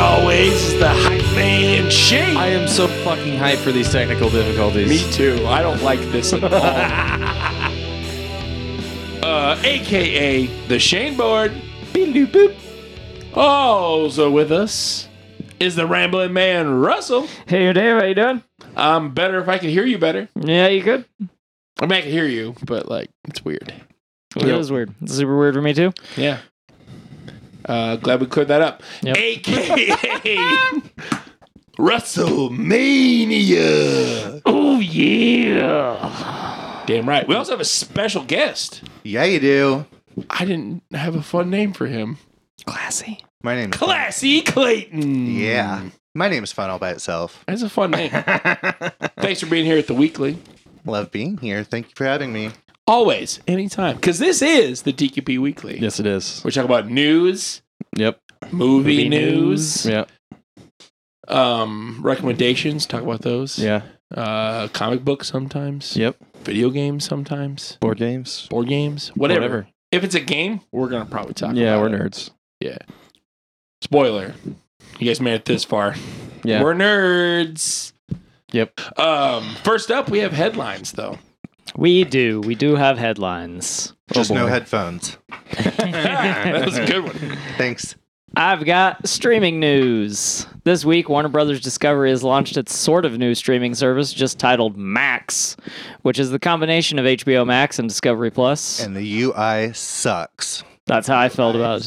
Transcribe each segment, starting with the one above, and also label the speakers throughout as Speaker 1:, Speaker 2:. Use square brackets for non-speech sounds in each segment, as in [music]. Speaker 1: Uh, the hype man Shane.
Speaker 2: I am so fucking hyped for these technical difficulties.
Speaker 1: Me too. I don't like this at all. [laughs] uh, AKA the Shane board. Beep boop. Also with us is the rambling man Russell.
Speaker 3: Hey Dave, how you doing?
Speaker 1: I'm better if I can hear you better.
Speaker 3: Yeah, you good?
Speaker 1: I mean, I can hear you, but like, it's weird.
Speaker 3: It was weird. It's super weird for me too.
Speaker 1: Yeah. Uh, glad we cleared that up.
Speaker 3: Yep.
Speaker 1: AKA [laughs] WrestleMania. Oh, yeah. Damn right. We also have a special guest.
Speaker 4: Yeah, you do.
Speaker 1: I didn't have a fun name for him.
Speaker 3: Classy.
Speaker 4: My name's fun.
Speaker 1: Classy Clayton.
Speaker 4: Yeah, my name's fun all by itself.
Speaker 1: That's a fun name. [laughs] Thanks for being here at the weekly.
Speaker 4: Love being here. Thank you for having me.
Speaker 1: Always, anytime. Because this is the DQP Weekly.
Speaker 2: Yes, it is.
Speaker 1: We talk about news,
Speaker 2: Yep.
Speaker 1: movie,
Speaker 3: Movie
Speaker 1: news,
Speaker 2: Yeah.
Speaker 1: um, recommendations, talk about those.
Speaker 2: Yeah.
Speaker 1: Uh, comic books sometimes.
Speaker 2: Yep.
Speaker 1: video games sometimes,
Speaker 2: Board games.
Speaker 1: board games, whatever. If it's a game, we're gonna probably talk.
Speaker 2: Yeah,
Speaker 1: about
Speaker 2: we're
Speaker 1: it.
Speaker 2: nerds.
Speaker 1: Spoiler: You guys made it this far.
Speaker 2: Yeah.
Speaker 1: We're nerds.
Speaker 2: Yep.
Speaker 1: Um, first up, we have headlines though. [laughs]
Speaker 3: We do. We do have headlines.
Speaker 4: Just no
Speaker 2: boy.
Speaker 4: headphones.
Speaker 1: that was a good one.
Speaker 4: Thanks.
Speaker 3: I've got streaming news. This week, Warner Brothers Discovery has launched its sort of new streaming service just titled Max, which is the combination of HBO Max and Discovery Plus.
Speaker 4: And the UI sucks.
Speaker 3: That's how I felt about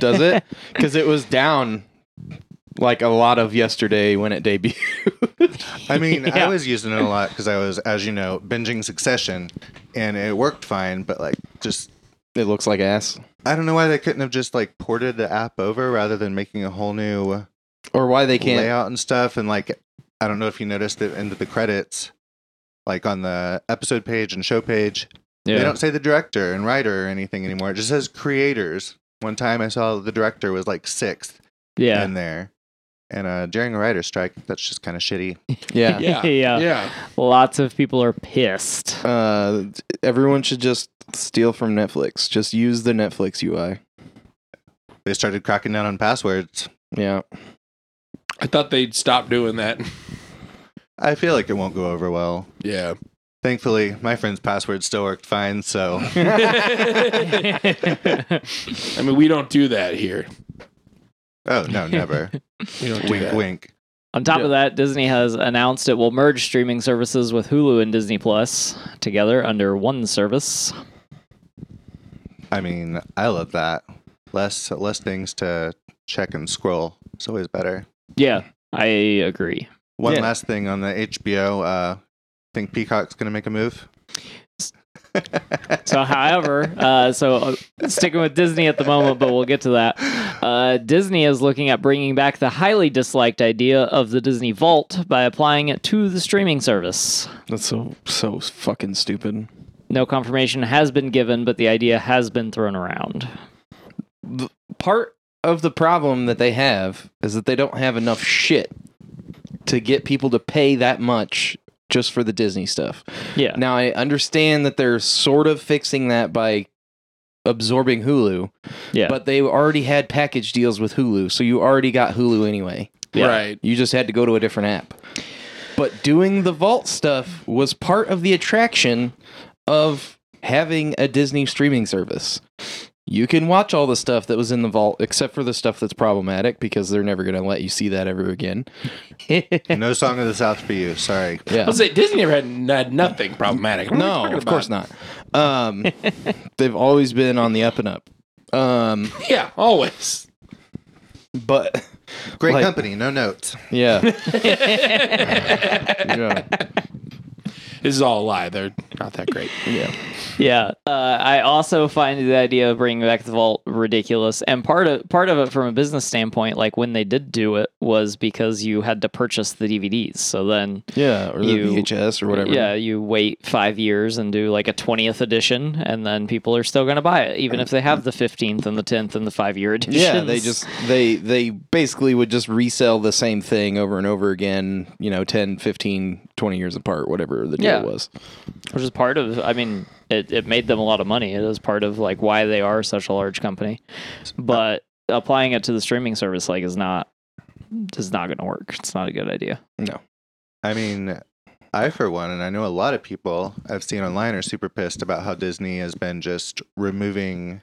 Speaker 2: [laughs] Does [laughs] it? Because it was down like a lot of yesterday when it debuted. [laughs]
Speaker 4: I mean,
Speaker 3: Yeah.
Speaker 4: I was using it a lot because I was, as you know, binging Succession, and it worked fine. But like, just
Speaker 2: it looks like ass.
Speaker 4: I don't know why they couldn't have just like ported the app over rather than making a whole new
Speaker 2: Or why they can't.
Speaker 4: layout and stuff. And like, I don't know if you noticed it into the credits, like on the episode page and show page, They don't say the director and writer or anything anymore. It just says creators. One time I saw the director was like sixth
Speaker 3: Yeah.
Speaker 4: in there. And uh, during a writer strike, that's just kind of shitty.
Speaker 2: Yeah.
Speaker 1: Yeah.
Speaker 3: [laughs] Yeah.
Speaker 1: Yeah.
Speaker 3: Lots of people
Speaker 2: [laughs]
Speaker 3: are pissed. [laughs]
Speaker 2: Uh, everyone should just steal from Netflix. Just use the Netflix UI.
Speaker 4: They started cracking down on passwords.
Speaker 2: Yeah.
Speaker 1: I thought they'd stop doing that.
Speaker 4: I feel like it won't go over well.
Speaker 1: Yeah.
Speaker 4: Thankfully, my friend's password still worked
Speaker 1: [laughs]
Speaker 4: fine, so
Speaker 1: I mean, we don't do that here.
Speaker 4: oh no, never.
Speaker 1: We [laughs] don't do
Speaker 4: wink,
Speaker 1: that.
Speaker 4: wink.
Speaker 3: On top
Speaker 2: Yeah.
Speaker 3: of that, Disney has announced it will merge streaming services with Hulu and Disney Plus together under one service.
Speaker 4: I mean, I love that. Less, less things to check and scroll. It's always better.
Speaker 3: Yeah, I agree.
Speaker 4: One
Speaker 2: Yeah.
Speaker 4: last thing on the HBO. Uh, think Peacock's gonna make a move.
Speaker 3: So, however, uh, so uh, sticking with Disney at the moment, but we'll get to that. Uh, Disney is looking at bringing back the highly disliked idea of the Disney Vault by applying it to the streaming service.
Speaker 2: That's so, so fucking stupid.
Speaker 3: No confirmation has been given, but the idea has been thrown around.
Speaker 2: part of the problem that they have is that they don't have enough shit to get people to pay that much just for the Disney stuff.
Speaker 3: Yeah.
Speaker 2: Now I understand that they're sort of fixing that by absorbing Hulu,
Speaker 3: yeah.
Speaker 2: but they already had package deals with Hulu, so you already got Hulu anyway.
Speaker 3: Yeah.
Speaker 1: Right.
Speaker 2: You just had to go to a different app. But doing the vault stuff was part of the attraction of having a Disney streaming service. You can watch all the stuff that was in the vault, except for the stuff that's problematic because they're never going to let you see that ever again.
Speaker 4: no song of the South for you. Sorry.
Speaker 2: Yeah.
Speaker 1: I'll say Disney never had, had nothing problematic. What are we
Speaker 2: No,
Speaker 1: talking
Speaker 2: of course
Speaker 1: about?
Speaker 2: not.
Speaker 1: [laughs]
Speaker 2: Um, they've always been on the up and up. Um,
Speaker 1: Yeah, always.
Speaker 2: but
Speaker 4: Great
Speaker 2: Like-
Speaker 4: company. No notes.
Speaker 2: yeah.
Speaker 1: [laughs]
Speaker 2: yeah.
Speaker 1: This is all a lie. They're not that great.
Speaker 2: Yeah.
Speaker 3: Yeah, uh, I also find the idea of bringing back the vault ridiculous, and part of part of it from a business standpoint, like when they did do it, was because you had to purchase the DVDs. So then,
Speaker 2: Yeah. Or the
Speaker 3: You-
Speaker 2: VHS or whatever.
Speaker 3: yeah, you wait five years and do like a twentieth edition, and then people are still going to buy it, even if they have the fifteenth and the tenth and the five year editions.
Speaker 2: Yeah, they just they they basically would just resell the same thing over and over again, you know, 10, 15, 20 years apart, whatever the deal
Speaker 3: Yeah.
Speaker 2: was.
Speaker 3: which is part of. I mean, it it made them a lot of money. It is part of like why they are such a large company, but applying it to the streaming service like is not just not going to work. It's not a good idea.
Speaker 4: I mean, I for one, and I know a lot of people I've seen online are super pissed about how Disney has been just removing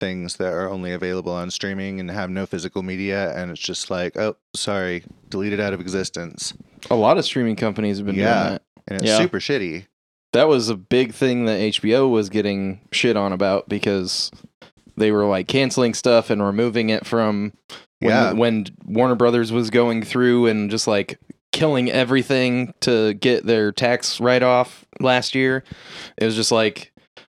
Speaker 4: things that are only available on streaming and have no physical media, and it's just like, oh, sorry, deleted out of existence,
Speaker 2: A lot of streaming companies have been
Speaker 4: Yeah.
Speaker 2: doing that.
Speaker 4: and it's
Speaker 3: Yeah.
Speaker 4: super shitty.
Speaker 2: That was a big thing that HBO was getting shit on about because they were like canceling stuff and removing it from when,
Speaker 4: yeah,
Speaker 2: when Warner Brothers was going through and just like killing everything to get their tax write off last year. It was just like,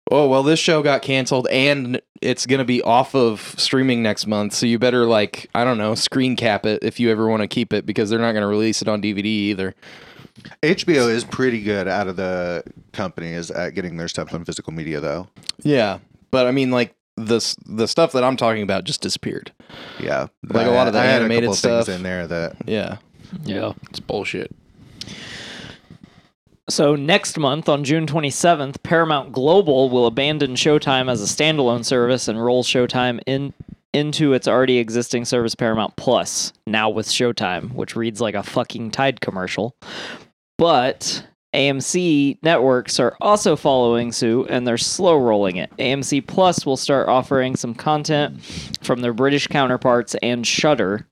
Speaker 2: oh, well, this show got canceled and it's going to be off of streaming next month. So you better, like, I don't know, screen cap it if you ever want to keep it because they're not going to release it on DVD either.
Speaker 4: HBO is pretty good out of the companies at getting their stuff on physical media, though.
Speaker 2: Yeah. But I mean, like, this the stuff that I'm talking about just disappeared.
Speaker 4: Yeah,
Speaker 2: Like a lot of the
Speaker 4: I had a
Speaker 2: animated
Speaker 4: couple
Speaker 2: stuff.
Speaker 4: things in there that
Speaker 2: Yeah.
Speaker 3: Yeah.
Speaker 2: It's bullshit.
Speaker 3: So next month on June 27th, Paramount Global will abandon Showtime as a standalone service and roll Showtime in into its already existing service Paramount Plus, now with Showtime, which reads like a fucking Tide commercial. But AMC networks are also following suit and they're slow rolling it. AMC Plus will start offering some content from their British counterparts and Shudder.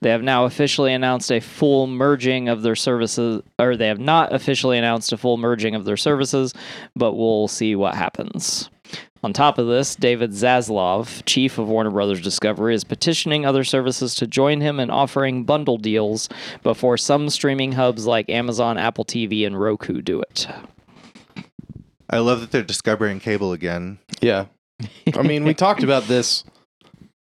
Speaker 3: They have now officially announced a full merging of their services, or they have not officially announced a full merging of their services, but we'll see what happens. On top of this, David Zaslav, chief of Warner Brothers Discovery, is petitioning other services to join him in offering bundle deals before some streaming hubs like Amazon, Apple TV, and Roku do it.
Speaker 4: I love that they're discovering cable again.
Speaker 2: Yeah. I mean, we talked about this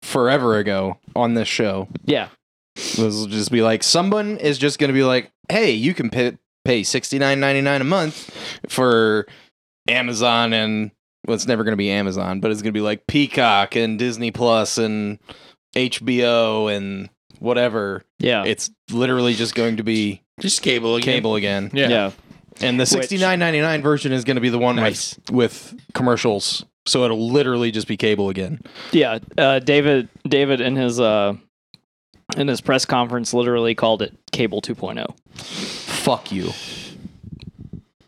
Speaker 2: forever ago on this show.
Speaker 3: Yeah.
Speaker 2: This will just be like someone is just going to be like, "Hey, you can pay pay sixty nine ninety nine a month for Amazon and well, it's never going to be Amazon, but it's going to be like Peacock and Disney Plus and HBO and whatever.
Speaker 3: Yeah.
Speaker 2: It's literally just going to be
Speaker 1: Just cable again.
Speaker 2: cable again,
Speaker 1: Yeah.
Speaker 2: and the
Speaker 3: Which-
Speaker 2: sixty nine ninety nine version is going to be the one
Speaker 1: Nice.
Speaker 2: with with commercials. So it'll literally just be cable again.
Speaker 3: Yeah, uh, David. David in his uh, in his press conference literally called it cable oh. 2.0.
Speaker 2: Fuck you.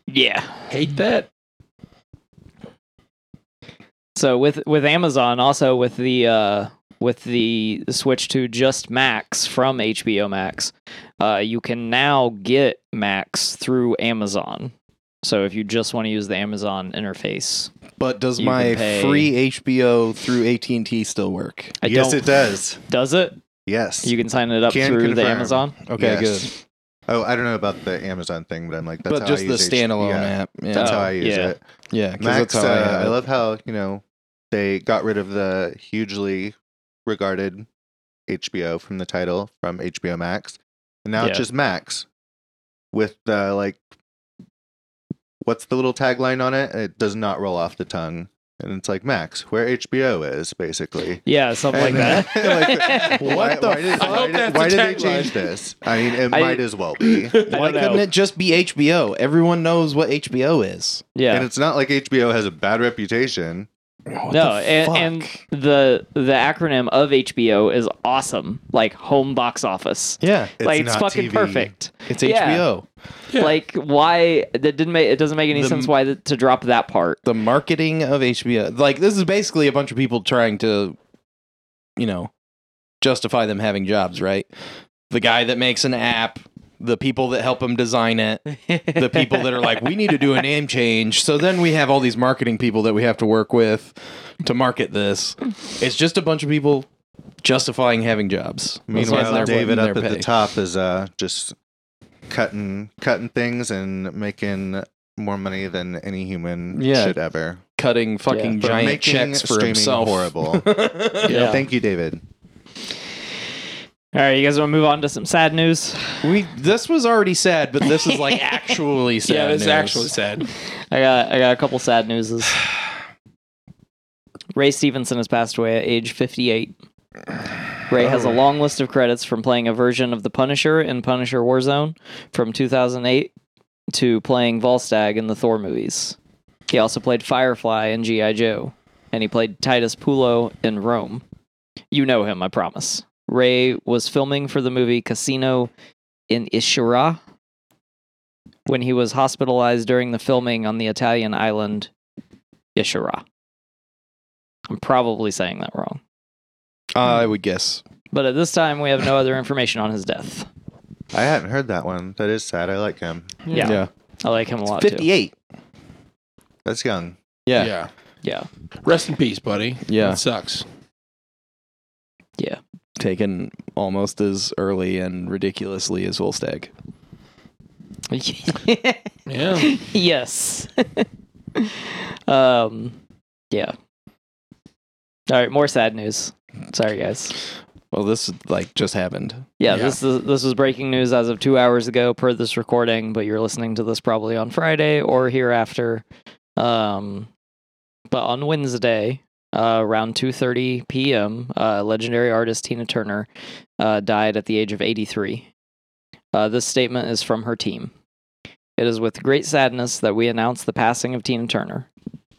Speaker 3: Yeah.
Speaker 1: Hate that.
Speaker 3: So with with Amazon, also with the uh, with the switch to just Max from HBO Max, uh, you can now get Max through Amazon. So if you just want to use the Amazon interface,
Speaker 2: But does
Speaker 3: You
Speaker 2: my
Speaker 3: can pay-
Speaker 2: free HBO through AT and T still work?
Speaker 3: I
Speaker 4: yes,
Speaker 3: don't,
Speaker 4: it does.
Speaker 3: Does it?
Speaker 4: Yes.
Speaker 3: You can sign it up
Speaker 4: Can
Speaker 3: through the
Speaker 4: confirm.
Speaker 3: Amazon.
Speaker 2: Okay,
Speaker 4: Yes.
Speaker 2: good.
Speaker 4: oh, I don't know about the Amazon thing, but I'm like, that's
Speaker 2: but
Speaker 4: how
Speaker 2: just
Speaker 4: I
Speaker 2: the
Speaker 4: use H-
Speaker 2: standalone
Speaker 4: yeah,
Speaker 2: app. Yeah,
Speaker 4: That's
Speaker 3: Oh,
Speaker 4: how I use
Speaker 3: yeah.
Speaker 4: it.
Speaker 2: yeah. 'cause
Speaker 4: Max,
Speaker 2: that's how I,
Speaker 4: uh,
Speaker 2: have
Speaker 4: I
Speaker 2: it.
Speaker 4: love how you know they got rid of the hugely regarded HBO from the title from HBO Max, and now it's
Speaker 3: Yeah.
Speaker 4: just Max with the like. What's the little tagline on it? It does not roll off the tongue, and it's like Max, where HBO is, basically.
Speaker 3: Yeah, something like
Speaker 4: And,
Speaker 3: that. [laughs]
Speaker 4: uh, [laughs] like,
Speaker 2: What
Speaker 4: why,
Speaker 2: the
Speaker 4: why did,
Speaker 1: fuck? I
Speaker 4: why
Speaker 1: hope
Speaker 4: did-
Speaker 1: that's
Speaker 4: why
Speaker 1: the
Speaker 4: did they
Speaker 1: tagline.
Speaker 4: change this? I mean, it
Speaker 3: I-
Speaker 4: might as well be.
Speaker 2: Why
Speaker 3: don't know.
Speaker 2: couldn't it just be HBO? Everyone knows what HBO is.
Speaker 3: yeah.
Speaker 4: And it's not like HBO has a bad reputation.
Speaker 2: What
Speaker 3: no,
Speaker 2: the
Speaker 3: and,
Speaker 2: fuck?
Speaker 3: and the the acronym of HBO is awesome. Like home box office.
Speaker 2: yeah,
Speaker 4: It's
Speaker 3: like it's
Speaker 4: not
Speaker 3: fucking
Speaker 2: [laughs]
Speaker 4: TV.
Speaker 3: perfect.
Speaker 2: it's
Speaker 3: Yeah.
Speaker 2: HBO.
Speaker 1: Yeah.
Speaker 3: Like why that didn't make it doesn't make any
Speaker 2: The-
Speaker 3: sense why th- to drop
Speaker 2: [laughs]
Speaker 3: that part.
Speaker 2: The marketing of HBO. Like this is basically a bunch of people trying to, you know, justify them having jobs. Right? The guy that makes an app, the people that help him design it, the people that are like, we need to do a name change. So then we have all these marketing people that we have to work with to market this. It's just a bunch of people justifying having jobs. That's why
Speaker 4: Meanwhile,
Speaker 2: they're
Speaker 4: David
Speaker 2: wanting
Speaker 4: up
Speaker 2: their
Speaker 4: at the
Speaker 2: pay.
Speaker 4: top is uh, just cutting cutting things and making more money than any human
Speaker 2: Yeah.
Speaker 4: should ever.
Speaker 2: cutting fucking
Speaker 4: But
Speaker 2: giant
Speaker 4: making
Speaker 2: checks for
Speaker 4: streaming
Speaker 2: himself. [laughs]
Speaker 4: horrible.
Speaker 3: Yeah.
Speaker 4: Thank you, David.
Speaker 3: All right, you guys want to move on to some sad news?
Speaker 2: We this was already sad, but this is
Speaker 1: [laughs]
Speaker 2: like actually sad.
Speaker 1: yeah, that's
Speaker 2: news.
Speaker 1: actually sad.
Speaker 3: I got I got a couple sad newses. Ray Stevenson has passed away at age 58. Ray has a long list of credits from playing a version of The Punisher in Punisher Warzone from 2008 to playing Volstagg in the Thor movies. He also played Firefly in G.I. Joe, and he played Titus Pulo in Rome. You know him, I promise. Ray was filming for the movie Casino in Ishira when he was hospitalized during the filming on the Italian island Ishira. I'm probably saying that wrong.
Speaker 2: I would guess.
Speaker 3: But at this time, we have no other information on his death.
Speaker 4: I hadn't heard that one. That is sad. I like him.
Speaker 3: Yeah. I like him a lot too.
Speaker 2: 58.
Speaker 4: That's young.
Speaker 2: Yeah.
Speaker 1: yeah.
Speaker 3: Yeah.
Speaker 1: Rest in peace, buddy.
Speaker 2: Yeah.
Speaker 1: That sucks.
Speaker 2: Taken almost as early and ridiculously as Wolstag.
Speaker 1: Yeah.
Speaker 3: yes. [laughs] um, yeah. All right, more sad news. Sorry, guys.
Speaker 2: Well, this like just happened.
Speaker 3: Yeah,
Speaker 1: Yeah.
Speaker 3: this is this was breaking news as of two hours ago per this recording, but you're listening to this probably on Friday or hereafter. Um, but on Wednesday, uh, around 2:30 p.m., uh, legendary artist Tina Turner uh, died at the age of 83. Uh, this statement is from her team. It is with great sadness that we announce the passing of Tina Turner.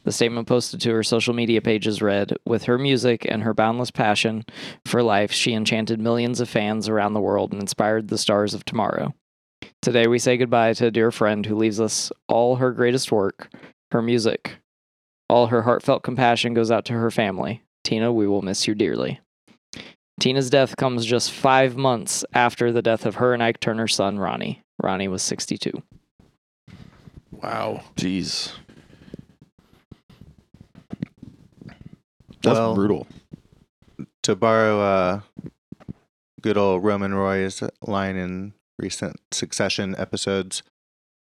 Speaker 3: The statement posted to her social media pages read, "With her music and her boundless passion for life, she enchanted millions of fans around the world and inspired the stars of tomorrow. Today, we say goodbye to a dear friend who leaves us all her greatest work, her music. All her heartfelt compassion goes out to her family. Tina, we will miss you dearly. Tina's death comes just five months after the death of her and Ike Turner's son, Ronnie. Ronnie was 62.
Speaker 1: Wow.
Speaker 2: Jeez. That's
Speaker 4: Well-
Speaker 2: brutal.
Speaker 4: To borrow uh, good old Roman Roy's line in recent Succession episodes,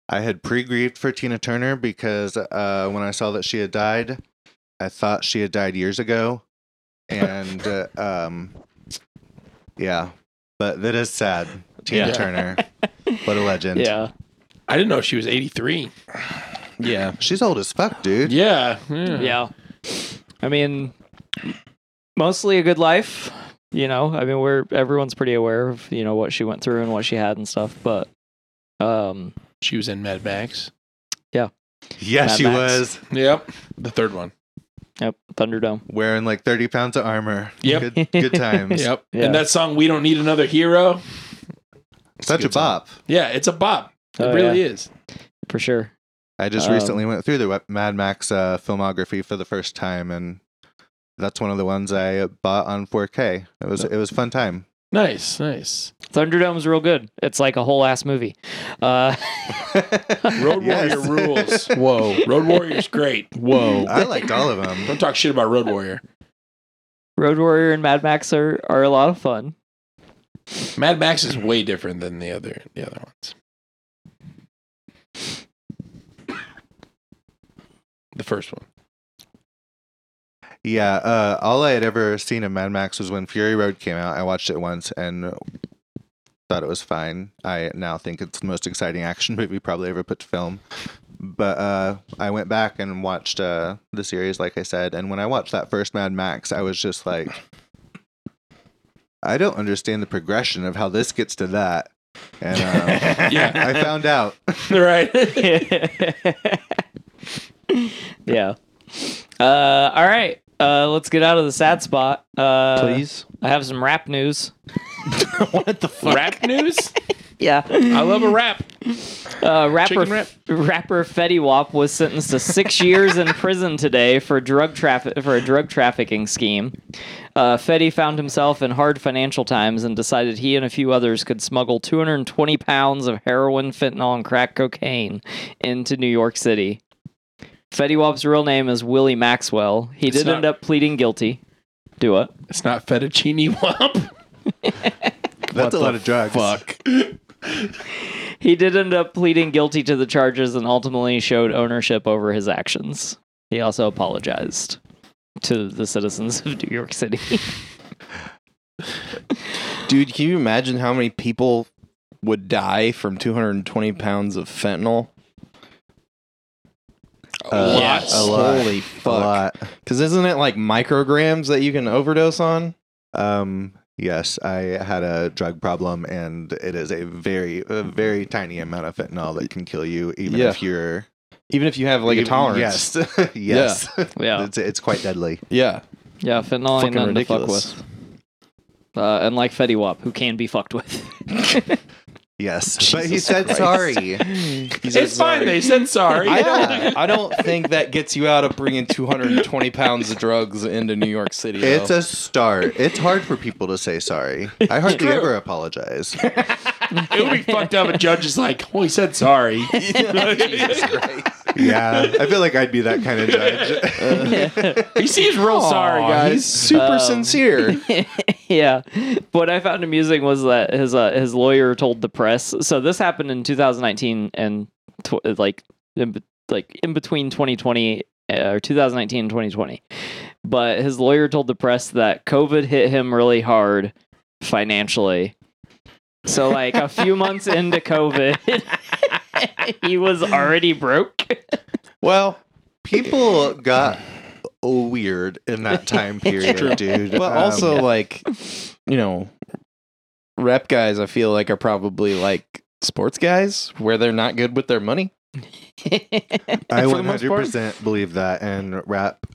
Speaker 4: I had pre grieved for Tina Turner because uh, when I saw that she had died, I thought she had died years ago.
Speaker 1: [laughs]
Speaker 4: And uh, um, yeah, but that is sad. Tina
Speaker 1: Yeah.
Speaker 4: Turner, what a legend.
Speaker 3: Yeah.
Speaker 1: I didn't know she was 83.
Speaker 2: Yeah.
Speaker 4: She's old as fuck, dude.
Speaker 1: Yeah. Yeah.
Speaker 3: Yeah. I mean, mostly a good life. You know, I mean, we're everyone's pretty aware of you know what she went through and what she had and stuff, but um,
Speaker 1: She was in Mad Max.
Speaker 4: Yes,
Speaker 3: Mad Max.
Speaker 4: she was
Speaker 1: Yep. The third one.
Speaker 3: yep, Thunderdome.
Speaker 4: wearing like 30 pounds of armor.
Speaker 1: Yep.
Speaker 4: Good, good times.
Speaker 1: [laughs] Yep.
Speaker 3: Yeah.
Speaker 1: And that song, We Don't Need Another Hero.
Speaker 4: Such a
Speaker 1: Good time.
Speaker 4: bop.
Speaker 1: Yeah, it's a bop. It
Speaker 3: Oh,
Speaker 1: really
Speaker 3: yeah,
Speaker 1: is.
Speaker 3: for sure.
Speaker 4: I just
Speaker 3: Um,
Speaker 4: recently went through the Wep- Mad Max uh, filmography for the first time, and that's one of the ones I bought on 4K. It was it was a fun time.
Speaker 1: Nice, nice.
Speaker 3: Thunderdome's real good. It's like a whole ass movie. Uh, [laughs]
Speaker 4: [laughs]
Speaker 1: Road
Speaker 4: Yes.
Speaker 1: Warrior rules. [laughs] Whoa. Road Warrior's great.
Speaker 2: Whoa.
Speaker 4: [laughs] I liked all of them.
Speaker 1: [laughs] Don't talk shit about Road Warrior.
Speaker 3: Road Warrior and Mad Max are, are a lot of fun.
Speaker 1: Mad Max is way different than the other the other ones. The first
Speaker 2: [laughs]
Speaker 1: one.
Speaker 4: Yeah, uh, all I had ever seen of Mad Max was when Fury Road came out. I watched it once and thought it was fine. I now think it's the most exciting [laughs] action movie probably ever put to film. But uh, I went back and watched uh, the series, like I said, and when I watched that first Mad Max, I was just like, I don't understand the progression of how this gets to that. And um,
Speaker 1: Yeah.
Speaker 4: I found out. [laughs]
Speaker 1: right.
Speaker 3: yeah. Uh, all right. Uh, let's get out of the sad spot. Uh,
Speaker 2: Please.
Speaker 3: I have some rap news.
Speaker 2: what the fuck?
Speaker 1: Rap news?
Speaker 3: [laughs] Yeah.
Speaker 1: I love a rap.
Speaker 3: Uh, rapper,
Speaker 1: Chicken wrap.
Speaker 3: rapper Fetty Wap was sentenced to six years in prison today for drug traffic for a drug trafficking scheme. Uh, Fetty found himself in hard financial times and decided he and a few others could smuggle 220 pounds of heroin, fentanyl, and crack cocaine into New York City. Fetty Wap's real name is Willie Maxwell. He
Speaker 1: It's
Speaker 3: did
Speaker 1: not-
Speaker 3: end up pleading guilty. Do what?
Speaker 1: It's not fettuccine wump.
Speaker 4: That's a lot of drugs.
Speaker 2: Fuck.
Speaker 3: He did end up pleading guilty to the charges and ultimately showed ownership over his actions. He also apologized to the citizens of New
Speaker 2: [laughs]
Speaker 3: York City.
Speaker 2: Dude, can you imagine how many people would die from 220 pounds of fentanyl?
Speaker 4: Uh,
Speaker 1: Lots.
Speaker 4: A lot.
Speaker 2: Holy
Speaker 4: A
Speaker 2: fuck.
Speaker 4: lot.
Speaker 2: Because isn't it like micrograms that you can overdose on?
Speaker 4: Um, yes, I had a drug problem, and it is a very, a very tiny amount of fentanyl that can kill you, even
Speaker 2: Mm-hmm. Yeah.
Speaker 4: if you're
Speaker 2: Even if you have like a
Speaker 4: even-
Speaker 2: tolerance.
Speaker 4: Yes, [laughs] yes,
Speaker 3: yeah,
Speaker 4: [laughs] it's it's quite deadly.
Speaker 2: Yeah.
Speaker 3: yeah, fentanyl
Speaker 2: Fucking
Speaker 3: ain't nothing to fuck
Speaker 2: ridiculous.
Speaker 3: with. uh, unlike Fetty Wap, who can be fucked with. [laughs]
Speaker 2: [laughs]
Speaker 4: Yes, but he
Speaker 2: Jesus
Speaker 4: said
Speaker 2: Christ. [laughs]
Speaker 4: sorry.
Speaker 1: it's fine. They said sorry.
Speaker 2: I
Speaker 1: Yeah.
Speaker 2: don't. I don't think that gets you out of bringing 220 pounds of drugs into New York City. though.
Speaker 4: It's a start. It's hard for people to say sorry. I hardly
Speaker 2: [laughs]
Speaker 4: ever apologize.
Speaker 1: It would be fucked up. A judge is like, "Oh, he said
Speaker 2: [laughs]
Speaker 1: sorry."
Speaker 4: yeah, I feel like I'd be that kind of judge.
Speaker 2: Uh.
Speaker 1: he seems real sorry,
Speaker 2: [laughs] Aw, He's
Speaker 1: guys.
Speaker 2: super sincere. [laughs]
Speaker 3: yeah. What I found amusing was that his uh, his lawyer told the press. So this happened in 2019 and tw- like in, be- like in between 2020 uh, or 2019 and 2020. But his lawyer told the press that COVID hit him really hard financially. So like a few months into COVID, [laughs] he was already broke.
Speaker 2: Well,
Speaker 4: [laughs] People got weird in
Speaker 2: [laughs]
Speaker 4: that time period, dude.
Speaker 2: but
Speaker 4: Um,
Speaker 2: also like, you know, rep guys. I feel like are probably like sports guys where they're not good with their money.
Speaker 4: [laughs] I
Speaker 2: for the most
Speaker 4: 100 percent believe that, and rap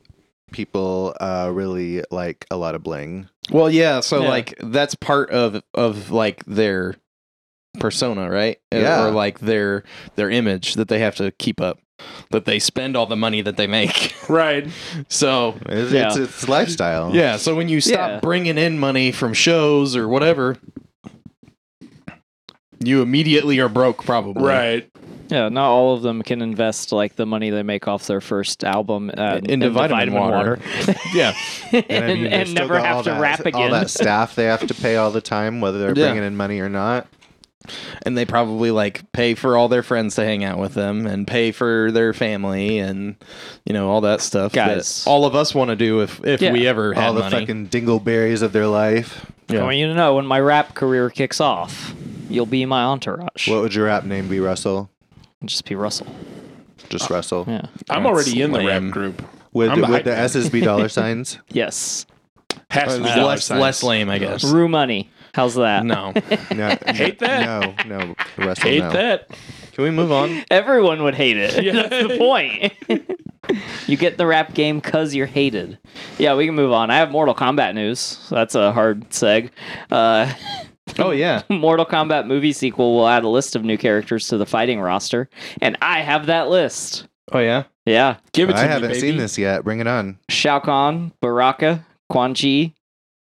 Speaker 4: people uh, really like a lot of bling.
Speaker 2: Well, yeah. So
Speaker 3: Yeah.
Speaker 2: like that's part of of like their persona, right? Or-
Speaker 4: Yeah.
Speaker 2: Or like their their image that they have to keep up. That they spend all the money that they make. [laughs]
Speaker 1: Right.
Speaker 2: So
Speaker 4: It's,
Speaker 3: Yeah.
Speaker 4: it's, it's lifestyle.
Speaker 2: yeah. So when you stop
Speaker 3: Yeah.
Speaker 2: bringing in money from shows or whatever, you immediately are broke, probably.
Speaker 1: Right.
Speaker 3: Yeah, not all of them can invest like the money they make off their first album uh,
Speaker 2: Into vitamin water. Yeah.
Speaker 4: And,
Speaker 3: and,
Speaker 4: I
Speaker 3: [laughs]
Speaker 4: mean,
Speaker 3: and,
Speaker 4: they still
Speaker 3: never
Speaker 4: got
Speaker 3: have
Speaker 4: all
Speaker 3: to
Speaker 4: that-
Speaker 3: rap
Speaker 4: All
Speaker 3: again.
Speaker 4: that staff they have to pay all the time, whether they're
Speaker 2: Yeah.
Speaker 4: bringing in money or not.
Speaker 2: and they probably like pay for all their friends to hang out with them and pay for their family and you know all that stuff
Speaker 3: Guys.
Speaker 2: that all of us want to do if if
Speaker 3: Yeah.
Speaker 2: we ever had
Speaker 4: all the
Speaker 2: money.
Speaker 4: fucking dingleberries of their life.
Speaker 2: Yeah.
Speaker 3: I want you to know when my rap career kicks off, you'll be my entourage.
Speaker 4: What would your rap name be, Russell?
Speaker 3: Just be Russell.
Speaker 4: Just Russell.
Speaker 3: Yeah.
Speaker 1: I'm already in the
Speaker 2: lame.
Speaker 1: rap group.
Speaker 4: With,
Speaker 1: Uh, I'm
Speaker 4: with
Speaker 1: behind
Speaker 4: the
Speaker 1: that.
Speaker 4: S's
Speaker 1: [laughs]
Speaker 4: be dollar signs.
Speaker 3: Yes.
Speaker 1: Has to be dollar
Speaker 2: less
Speaker 1: signs.
Speaker 2: less lame, I guess.
Speaker 3: Rue money. How's that? [laughs]
Speaker 2: No.
Speaker 4: No,
Speaker 1: Hate
Speaker 4: no,
Speaker 1: that.
Speaker 4: No, no, Russell.
Speaker 1: Hate
Speaker 4: no.
Speaker 1: that.
Speaker 2: Can we move on?
Speaker 3: Everyone would hate [laughs] it.
Speaker 1: Yeah.
Speaker 3: That's the point. [laughs] you get the rap game because you're hated. Yeah, we can move on. I have Mortal Kombat news. So that's a hard seg. Uh, [laughs]
Speaker 2: Oh yeah.
Speaker 3: Mortal Kombat movie sequel will add a list of new characters to the fighting roster, and I have that list.
Speaker 2: Oh yeah.
Speaker 3: Yeah,
Speaker 1: Give it to
Speaker 4: I
Speaker 1: me,
Speaker 4: haven't
Speaker 1: baby.
Speaker 4: seen this yet. Bring it on.
Speaker 3: Shao Kahn, Baraka, Quan Chi,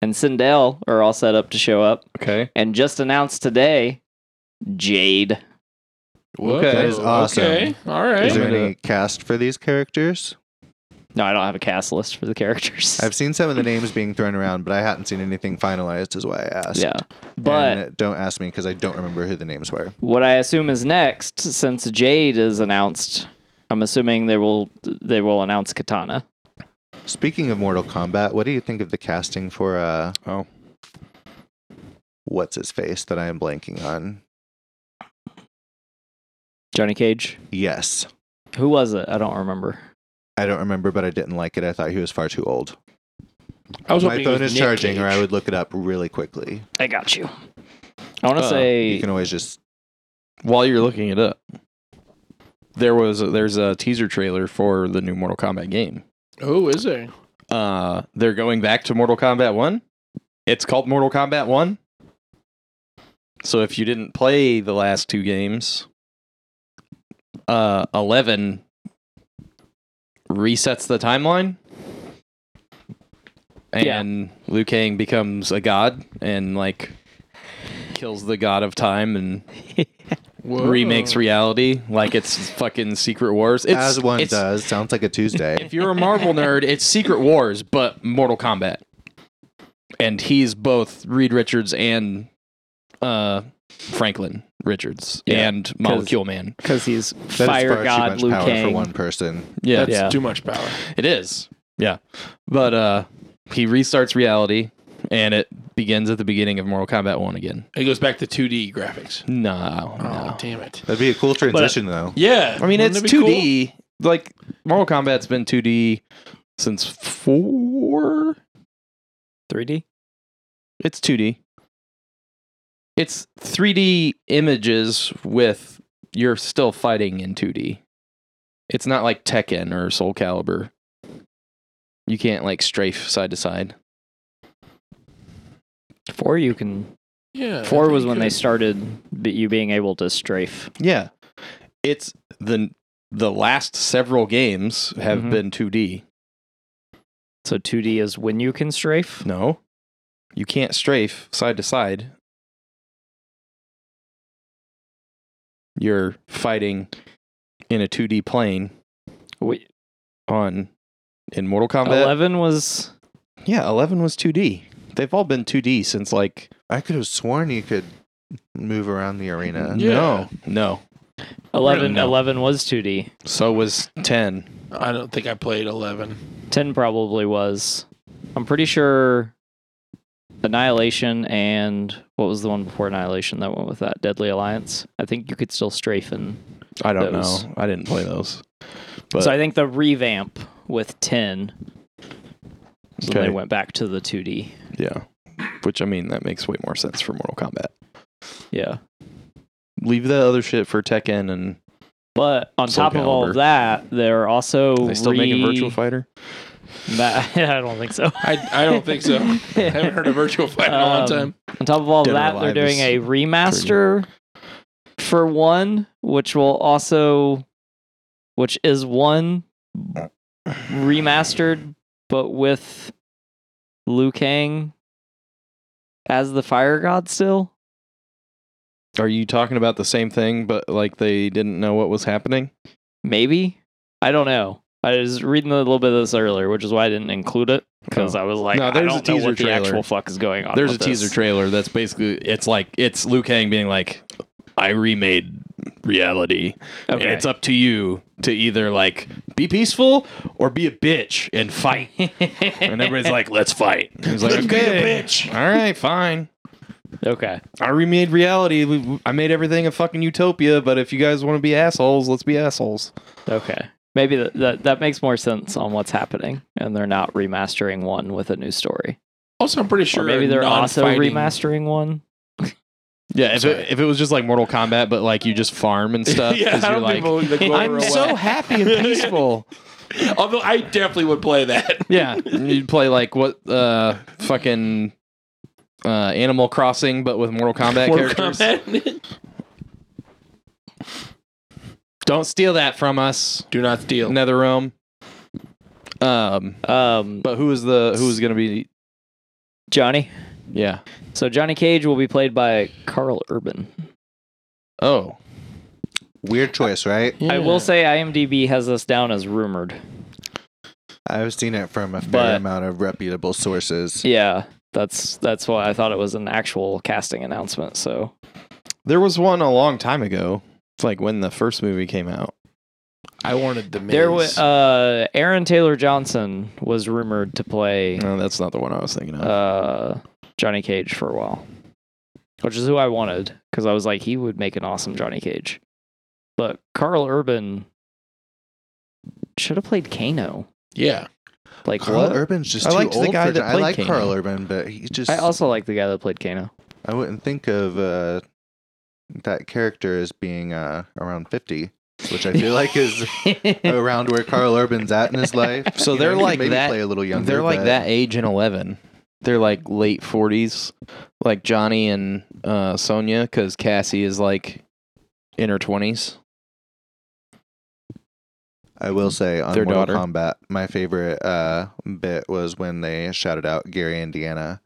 Speaker 3: and Sindel are all set up to show up,
Speaker 2: Okay.
Speaker 3: and just announced today, Jade.
Speaker 1: Whoa,
Speaker 2: That
Speaker 4: is awesome.
Speaker 1: Okay. All right.
Speaker 4: Is there
Speaker 2: Bring it
Speaker 4: any cast for these characters?
Speaker 3: No, I don't have a cast list for the characters.
Speaker 4: I've seen some of the names being thrown around, but I hadn't seen anything finalized, is why I asked.
Speaker 3: yeah, but
Speaker 4: And don't ask me because I don't remember who the names were.
Speaker 3: what I assume is next, since Jade is announced, I'm assuming they will they will announce Katana.
Speaker 4: Speaking of Mortal Kombat, what do you think of the casting for uh
Speaker 2: Oh.
Speaker 4: what's his face that I am blanking on?
Speaker 3: Johnny Cage.
Speaker 4: Yes.
Speaker 3: Who was it? I don't remember.
Speaker 4: I don't remember, but I didn't like it. I thought he was far too old.
Speaker 1: I was
Speaker 4: My
Speaker 1: hoping it was
Speaker 4: phone is
Speaker 1: Nick
Speaker 4: charging, or I
Speaker 1: Cage.
Speaker 4: would look it up really quickly.
Speaker 3: I got you. I want to
Speaker 2: Uh,
Speaker 3: say
Speaker 4: You can always just
Speaker 2: While you're looking it up, there was there's a teaser trailer for the new Mortal Kombat game.
Speaker 1: Oh, is there?
Speaker 2: Uh, they're going back to Mortal Kombat One. It's called Mortal Kombat One. So if you didn't play the last two games, uh, eleven resets the timeline,
Speaker 3: Yeah.
Speaker 2: and Liu Kang becomes a god and like kills the god of time
Speaker 4: [laughs]
Speaker 2: and
Speaker 1: Whoa.
Speaker 2: remakes reality like it's fucking Secret Wars. It's,
Speaker 4: as one
Speaker 2: it's-
Speaker 4: does. Sounds like a Tuesday.
Speaker 2: if you're a Marvel nerd, it's Secret Wars, but Mortal Kombat. And he's both Reed Richards and uh, Franklin Richards
Speaker 3: Yeah,
Speaker 2: and Molecule Man.
Speaker 3: because he's
Speaker 4: That is
Speaker 3: fire
Speaker 4: far
Speaker 3: god
Speaker 4: too
Speaker 3: Liu
Speaker 4: much power for
Speaker 3: Kang.
Speaker 4: one person.
Speaker 2: Yeah,
Speaker 1: That's too much power.
Speaker 2: it is. Yeah, but uh, he restarts reality, and it begins at the beginning of Mortal Kombat One again.
Speaker 1: It goes back to 2D graphics.
Speaker 2: No,
Speaker 1: Oh,
Speaker 2: no.
Speaker 1: damn it.
Speaker 4: That'd be a cool transition, though.
Speaker 1: Yeah.
Speaker 2: I mean
Speaker 1: Wouldn't
Speaker 2: it's
Speaker 1: it be
Speaker 2: two D. Like Mortal Kombat's been two D since four.
Speaker 3: 3D.
Speaker 2: It's 2D. It's 3D images with you're still fighting in 2D. It's not like Tekken or Soul Calibur. You can't like strafe side to side.
Speaker 3: Four you can.
Speaker 1: Yeah.
Speaker 3: Four was
Speaker 1: [laughs]
Speaker 3: when they started b- you being able to strafe.
Speaker 2: Yeah. It's the the last several games have
Speaker 3: Mhm.
Speaker 2: been 2D.
Speaker 3: So 2D is when you can strafe.
Speaker 2: No. You can't strafe side to side. You're fighting in a 2D plane
Speaker 3: Wait,
Speaker 2: on in Mortal Kombat.
Speaker 3: Eleven was.
Speaker 2: Yeah, 11 was 2D. They've all been 2D since like
Speaker 4: I could have sworn you could move around the arena.
Speaker 1: Yeah.
Speaker 2: no. No.
Speaker 3: 11,
Speaker 2: no.
Speaker 3: 11 was 2D.
Speaker 2: So was 10.
Speaker 1: I don't think I played 11.
Speaker 3: 10 probably was. I'm pretty sure Annihilation and what was the one before Annihilation that went with that? Deadly Alliance. I think you could still strafe and.
Speaker 2: I don't
Speaker 3: Those.
Speaker 2: know. I didn't play those. But
Speaker 3: so I think the revamp with 10. So
Speaker 2: Okay.
Speaker 3: they went back to the 2D.
Speaker 2: yeah. Which I mean that makes way more sense for Mortal Kombat.
Speaker 3: Yeah.
Speaker 2: leave that other shit for Tekken and
Speaker 3: But on
Speaker 2: Soul
Speaker 3: top of all
Speaker 2: Calibur.
Speaker 3: of that, they're also
Speaker 2: they still
Speaker 3: re-
Speaker 2: making Virtual Fighter.
Speaker 3: Ma- [laughs] I don't think so.
Speaker 1: I, I don't think
Speaker 3: [laughs]
Speaker 1: so. I haven't heard of Virtual Fight in a long
Speaker 3: Um,
Speaker 1: time.
Speaker 3: On top of all
Speaker 2: Dead or
Speaker 3: that, they're
Speaker 2: Alive
Speaker 3: doing
Speaker 2: is
Speaker 3: a remaster for one, which will also, which is one remastered, but with Liu Kang as the fire god still.
Speaker 2: Are you talking about the same thing, but like they didn't know what was happening?
Speaker 3: Maybe I don't know. I was reading a little bit of this earlier, which is why I didn't include it because
Speaker 2: Oh.
Speaker 3: I was like,
Speaker 2: No,
Speaker 3: I
Speaker 2: there's a
Speaker 3: don't know
Speaker 2: teaser
Speaker 3: what the
Speaker 2: trailer.
Speaker 3: actual fuck is going on.
Speaker 2: There's a
Speaker 3: with
Speaker 2: teaser
Speaker 3: this.
Speaker 2: trailer that's basically it's like it's Liu Kang being like, "I remade reality,
Speaker 3: Okay.
Speaker 2: and it's up to you to either like be peaceful or be a bitch and [laughs] fight." and everybody's like, "Let's fight." And He's like,
Speaker 1: Let's be a
Speaker 2: "Okay,
Speaker 1: bitch."
Speaker 2: all right, fine."
Speaker 3: okay.
Speaker 2: I remade reality. We- I made everything a fucking utopia, but if you guys want to be assholes, let's be assholes.
Speaker 3: Okay. Maybe that, that that makes more sense on what's happening, and they're not remastering one with a new story.
Speaker 1: Also, I'm pretty sure
Speaker 3: or maybe they're also
Speaker 1: non-fighting-
Speaker 3: remastering one.
Speaker 2: Yeah, if
Speaker 1: Sorry.
Speaker 2: it, if it was just like Mortal Kombat, but like you just farm [laughs] and stuff,
Speaker 1: yeah,
Speaker 2: because
Speaker 1: I
Speaker 2: you're
Speaker 1: don't
Speaker 2: like,
Speaker 1: think
Speaker 3: [laughs]
Speaker 1: we'll- like, we'll
Speaker 2: I'm
Speaker 1: ever [laughs]
Speaker 2: so
Speaker 1: allow-
Speaker 2: happy and [laughs] peaceful.
Speaker 1: Although I definitely would play that.
Speaker 2: yeah, you'd play like what uh fucking uh Animal Crossing, but with Mortal
Speaker 1: [laughs]
Speaker 2: Kombat
Speaker 1: Mortal
Speaker 2: characters.
Speaker 1: Kombat.
Speaker 2: Don't steal that from us,
Speaker 1: [laughs] Do not steal.
Speaker 2: NetherRealm. Um,
Speaker 3: Um,
Speaker 2: but who is the who is gonna be?
Speaker 3: Johnny.
Speaker 2: Yeah.
Speaker 3: So Johnny Cage will be played by Carl Urban.
Speaker 2: Oh,
Speaker 4: Weird choice, right?
Speaker 3: I will say IMDb has this down as rumored.
Speaker 4: I've seen it from a fair
Speaker 3: But-
Speaker 4: amount of reputable sources.
Speaker 3: Yeah, that's that's why I thought it was an actual casting announcement. So
Speaker 2: there was one a long time ago. It's like when the first movie came out.
Speaker 1: I wanted the Miz.
Speaker 3: there was uh, Aaron Taylor Johnson was rumored to play
Speaker 2: No, that's not the one I was thinking of.
Speaker 3: uh, Johnny Cage for a while, which is who I wanted because I was like, he would make an awesome Johnny Cage. But Carl Urban should have played Kano.
Speaker 1: yeah.
Speaker 3: Like
Speaker 4: Carl
Speaker 3: what?
Speaker 4: Urban's just
Speaker 2: I
Speaker 4: too
Speaker 2: liked the
Speaker 4: old
Speaker 2: guy
Speaker 4: for
Speaker 2: that
Speaker 4: John- I
Speaker 2: played
Speaker 4: like
Speaker 2: Kane.
Speaker 4: Carl Urban, but he just
Speaker 3: I also like the guy that played
Speaker 4: [laughs]
Speaker 3: Kano.
Speaker 4: I wouldn't think of uh, that character as being uh, around 50, which I feel like
Speaker 2: [laughs]
Speaker 4: is around where Carl Urban's at in his life.
Speaker 2: So
Speaker 4: You
Speaker 2: they're
Speaker 4: know, he could
Speaker 2: like
Speaker 4: maybe
Speaker 2: that-
Speaker 4: Play a little younger.
Speaker 2: They're like
Speaker 4: but
Speaker 2: that age in Eleven. They're like late forties, like Johnny and uh, Sonia, because Cassie is like in her twenties.
Speaker 4: I will say on
Speaker 2: Their
Speaker 4: Mortal
Speaker 2: daughter.
Speaker 4: Kombat, my favorite uh, bit was when they shouted out Gary Indiana.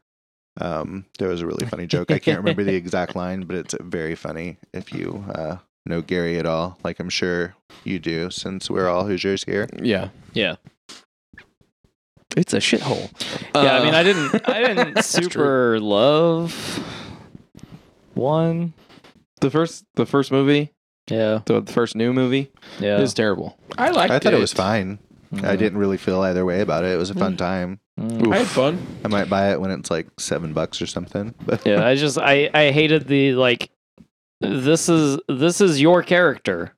Speaker 4: Um, there was a really funny joke. I can't remember [laughs] the exact line, but it's very funny if you uh, know Gary at all. Like I'm sure you do, since we're all Hoosiers here.
Speaker 2: Yeah,
Speaker 3: Yeah.
Speaker 2: it's a shithole.
Speaker 3: yeah, I mean,
Speaker 2: Uh,
Speaker 3: I didn't, I
Speaker 4: [laughs]
Speaker 3: didn't super love one.
Speaker 2: the first the first movie,
Speaker 3: Yeah,
Speaker 2: the, the first new movie,
Speaker 3: yeah.
Speaker 2: is terrible.
Speaker 1: I liked
Speaker 4: I Mm-hmm. thought it was fine. I didn't really feel either way about it. It was a fun time.
Speaker 3: Mm.
Speaker 1: I had fun.
Speaker 4: I might buy it when it's like seven bucks or something. But
Speaker 3: yeah, I just, I, I hated the like. This is this is your character.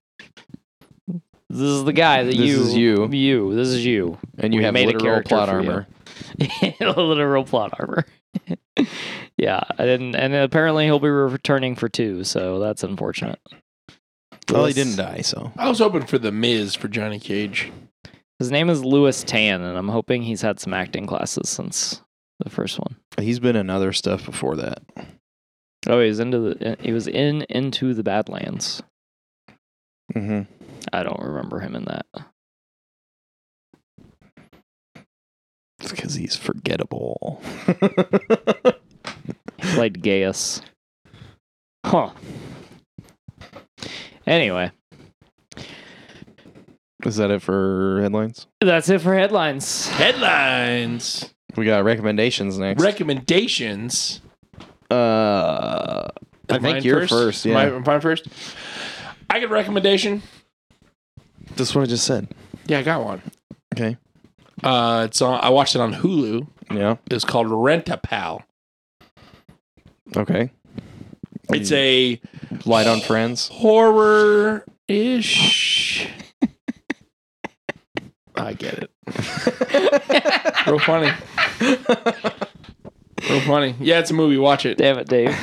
Speaker 3: This is the guy that
Speaker 2: This
Speaker 3: you
Speaker 2: is you.
Speaker 3: you this is you. [laughs]
Speaker 2: And you
Speaker 3: We
Speaker 2: have
Speaker 3: made a
Speaker 2: literal
Speaker 3: character
Speaker 2: plot
Speaker 3: for you.
Speaker 2: armor.
Speaker 3: literal plot armor. [laughs] yeah, and and apparently he'll be returning for two, so that's unfortunate.
Speaker 2: Well, he
Speaker 3: Lewis-
Speaker 2: didn't die, so
Speaker 1: I was hoping for the Miz for Johnny Cage.
Speaker 3: His name is Lewis Tan, and I'm hoping he's had some acting classes since the first one.
Speaker 2: He's been in other stuff before that.
Speaker 3: Oh, he was into the he was in Into the Badlands.
Speaker 2: Mm-hmm.
Speaker 3: I don't remember him in that.
Speaker 2: It's because he's forgettable.
Speaker 3: He played Gaius. Huh. Anyway,
Speaker 2: Is that it for headlines?
Speaker 3: that's it for headlines.
Speaker 1: Headlines,
Speaker 2: We got recommendations next.
Speaker 1: recommendations.
Speaker 2: uh, I
Speaker 1: Mine
Speaker 2: think you're first. yeah,
Speaker 1: My- mine first. I get a recommendation.
Speaker 2: that's what I just said.
Speaker 1: Yeah, I got one.
Speaker 2: Okay.
Speaker 1: Uh, it's on. I watched it on Hulu.
Speaker 2: Yeah.
Speaker 1: It's called Rent a Pal.
Speaker 2: Okay.
Speaker 1: It's a
Speaker 2: light on friends.
Speaker 1: horror ish. I get it. Real funny. Real funny. Yeah, it's a movie. Watch it.
Speaker 3: Damn it, [laughs] Dave.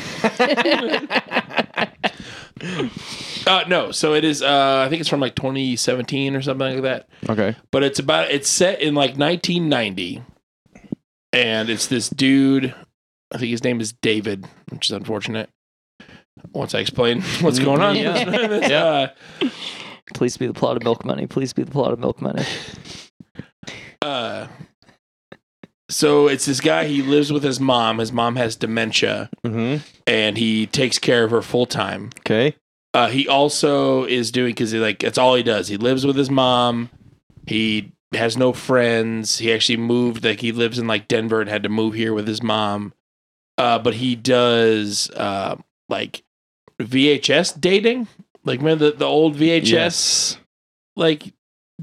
Speaker 1: Uh, no, so it is. Uh, I think it's from like 2017 or something like that.
Speaker 2: Okay.
Speaker 1: But it's about. It's set in like 1990, and it's this dude. I think his name is David, which is unfortunate. Once I explain [laughs] what's going on,
Speaker 3: Yeah.
Speaker 1: Uh,
Speaker 3: Please be the plot of Milk Money. Please be the plot of Milk Money.
Speaker 1: uh so it's this guy he lives with his mom his mom has dementia
Speaker 2: Mm-hmm.
Speaker 1: and he takes care of her full time
Speaker 2: Okay.
Speaker 1: uh he also is doing because he like that's all he does he lives with his mom he has no friends he actually moved like he lives in like denver and had to move here with his mom uh but he does uh like vhs dating like remember the, the old vhs like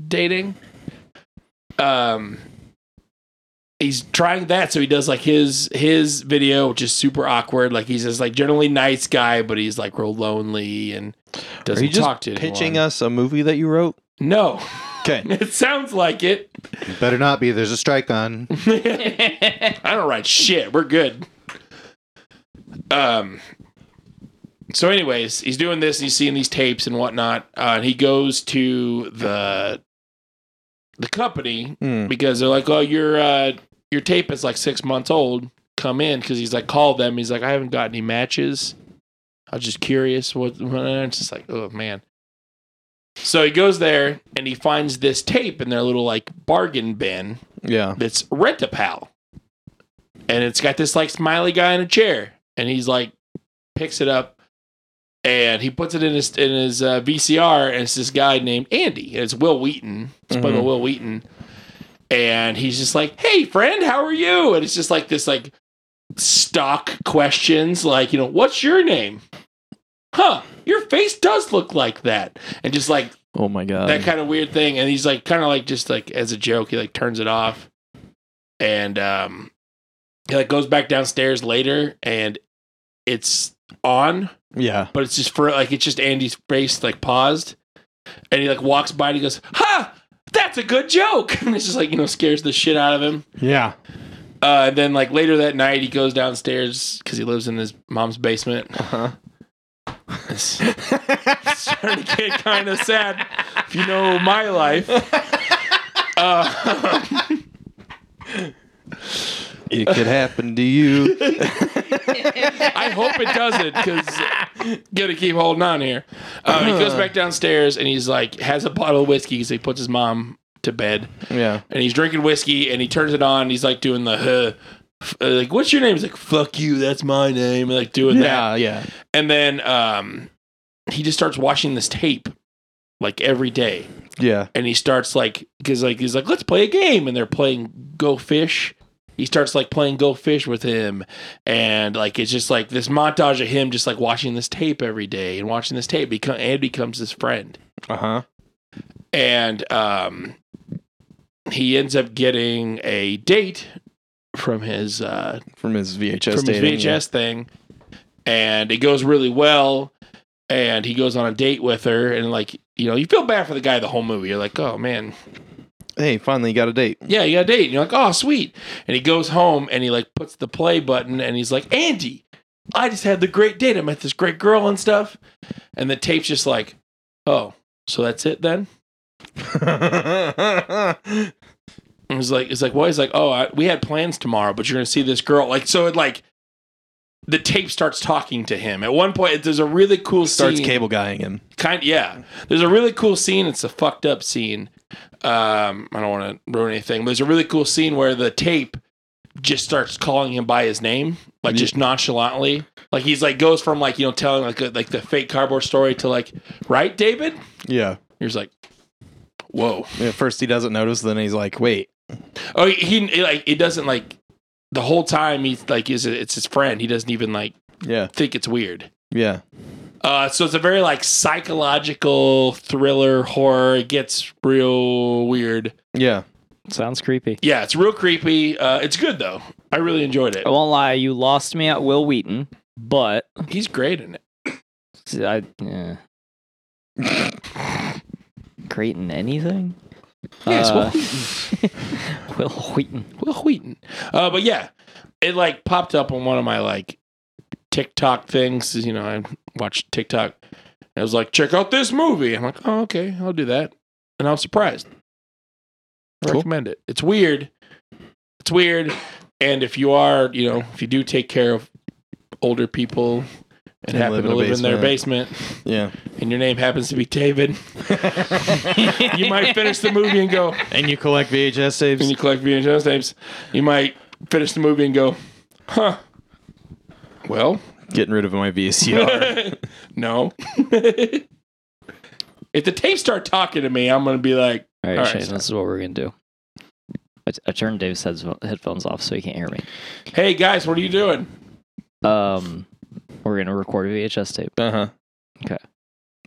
Speaker 1: dating. Um he's trying that so he does like his his video which is super awkward like he's this like generally nice guy but he's like real lonely and
Speaker 2: Are
Speaker 1: doesn't
Speaker 2: you just
Speaker 1: talk to anyone.
Speaker 2: pitching us a movie that you wrote?
Speaker 1: no
Speaker 2: Okay.
Speaker 1: [laughs] it sounds like it
Speaker 4: Better not be. There's a strike on.
Speaker 1: I don't write shit. We're good. Um. So, anyways, he's doing this. And he's seeing these tapes and whatnot. Uh, and he goes to the the company
Speaker 2: Hmm,
Speaker 1: because they're like, "Oh, your uh, your tape is like six months old. Come in." Because he's like, called them. He's like, "I haven't got any matches. I was just curious." What? what-" It's just like, oh man. So he goes there and he finds this tape in their little like bargain bin
Speaker 2: Yeah.
Speaker 1: that's rent a pal. And it's got this like smiley guy in a chair. And he's like picks it up and he puts it in his in his uh, VCR and it's this guy named Andy. And it's Will Wheaton. It's played by
Speaker 2: Mhm.
Speaker 1: Will Wheaton. And he's just like, Hey friend, how are you? And it's just like this like stock questions like, you know, what's your name? Huh, your face does look like that. And just like
Speaker 2: Oh my god.
Speaker 1: that kind of weird thing and he's like kind of like just like as a joke he like turns it off and um he like goes back downstairs later and it's on
Speaker 2: yeah.
Speaker 1: but it's just for like it's just andy's face like paused and he like walks by and he goes ha that's a good joke [laughs] and it's just like you know scares the shit out of him
Speaker 2: Yeah.
Speaker 1: uh and then like later that night he goes downstairs because he lives in his mom's basement [laughs]
Speaker 2: Uh-huh.
Speaker 1: it's, it's starting to get kind of sad if you know my life. Uh,
Speaker 2: It could happen to you.
Speaker 1: I hope it doesn't because gonna keep holding on here. Uh, he goes back downstairs and he's like has a bottle of whiskey because he puts his mom to bed
Speaker 2: yeah.
Speaker 1: and he's drinking whiskey and he turns it on. And he's like doing the huh. f- uh, like what's your name? He's like fuck you, that's my name. and, like doing that.
Speaker 2: Yeah. Yeah.
Speaker 1: And then um, he just starts watching this tape like every day.
Speaker 2: Yeah.
Speaker 1: and he starts like because like he's like let's play a game and they're playing go fish he starts like playing go fish with him and like it's just like this montage of him just like watching this tape every day and watching this tape become and becomes his friend
Speaker 2: Uh huh.
Speaker 1: and um he ends up getting a date from his uh
Speaker 2: From his VHS.
Speaker 1: from
Speaker 2: dating,
Speaker 1: his VHS thing, and it goes really well. And he goes on a date with her, and like you know, you feel bad for the guy the whole movie. You're like, oh man,
Speaker 2: yeah. Hey, finally got a date.
Speaker 1: yeah, you got a date. And you're like, oh, sweet. And he goes home and he like puts the play button and he's like, Andy, I just had the great date. I met this great girl and stuff. And the tape's just like, oh, so that's it then? It was like, it's like, what? He's like, oh, I, we had plans tomorrow, but you're gonna see this girl. Like, so it like the tape starts talking to him. At one point, there's a really cool
Speaker 2: Starts
Speaker 1: scene.
Speaker 2: cable guying him.
Speaker 1: Kind, yeah. There's a really cool scene. It's a fucked up scene. Um, I don't want to ruin anything. But there's a really cool scene where the tape just starts calling him by his name, like just nonchalantly. Like he's like goes from like you know telling like a, like the fake cardboard story to like right David.
Speaker 2: Yeah.
Speaker 1: You're just like, whoa.
Speaker 2: At first he doesn't notice, then he's like, "Wait,
Speaker 1: Oh, he, he like it doesn't like the whole time he's like is it's his friend. He doesn't even like
Speaker 2: yeah,
Speaker 1: think it's weird.
Speaker 2: yeah,
Speaker 1: Uh, so it's a very like psychological thriller horror. It gets real weird.
Speaker 2: yeah."
Speaker 3: Sounds creepy.
Speaker 1: Yeah, it's real creepy. Uh, it's good though. I really enjoyed it.
Speaker 3: I won't lie, you lost me at Will Wheaton, but
Speaker 1: He's great in it.
Speaker 3: I [laughs] yeah. great in anything. Uh,
Speaker 1: Yes, Will
Speaker 3: [laughs] Will, Will Wheaton.
Speaker 1: Will Wheaton. Uh, but yeah, it like popped up on one of my like TikTok things. You know, I watch TikTok. And it was like, check out this movie. I'm like, oh, okay, I'll do that. And I was surprised. I
Speaker 2: Cool.
Speaker 1: recommend it. It's weird. It's weird. And if you are, you know, if you do take care of older people and,
Speaker 2: And
Speaker 1: happen
Speaker 2: live
Speaker 1: to
Speaker 2: in a
Speaker 1: live in their basement
Speaker 2: Yeah.
Speaker 1: and your name happens to be David, [laughs] you might finish the movie and go,
Speaker 2: And you collect VHS
Speaker 1: and
Speaker 2: saves.
Speaker 1: you collect VHS tapes, you might finish the movie and go, huh. Well,
Speaker 2: Getting rid of
Speaker 1: [laughs]
Speaker 2: my VCR. [laughs]
Speaker 1: no. if the tapes start talking to me, I'm going to be like,
Speaker 3: All right,
Speaker 1: All right,
Speaker 3: Shane,
Speaker 1: so-
Speaker 3: this is what we're gonna do. I, I turned Dave's heads, headphones off so he can't hear me.
Speaker 1: hey guys, what are you doing?
Speaker 3: Um, we're gonna record a VHS tape.
Speaker 2: uh huh.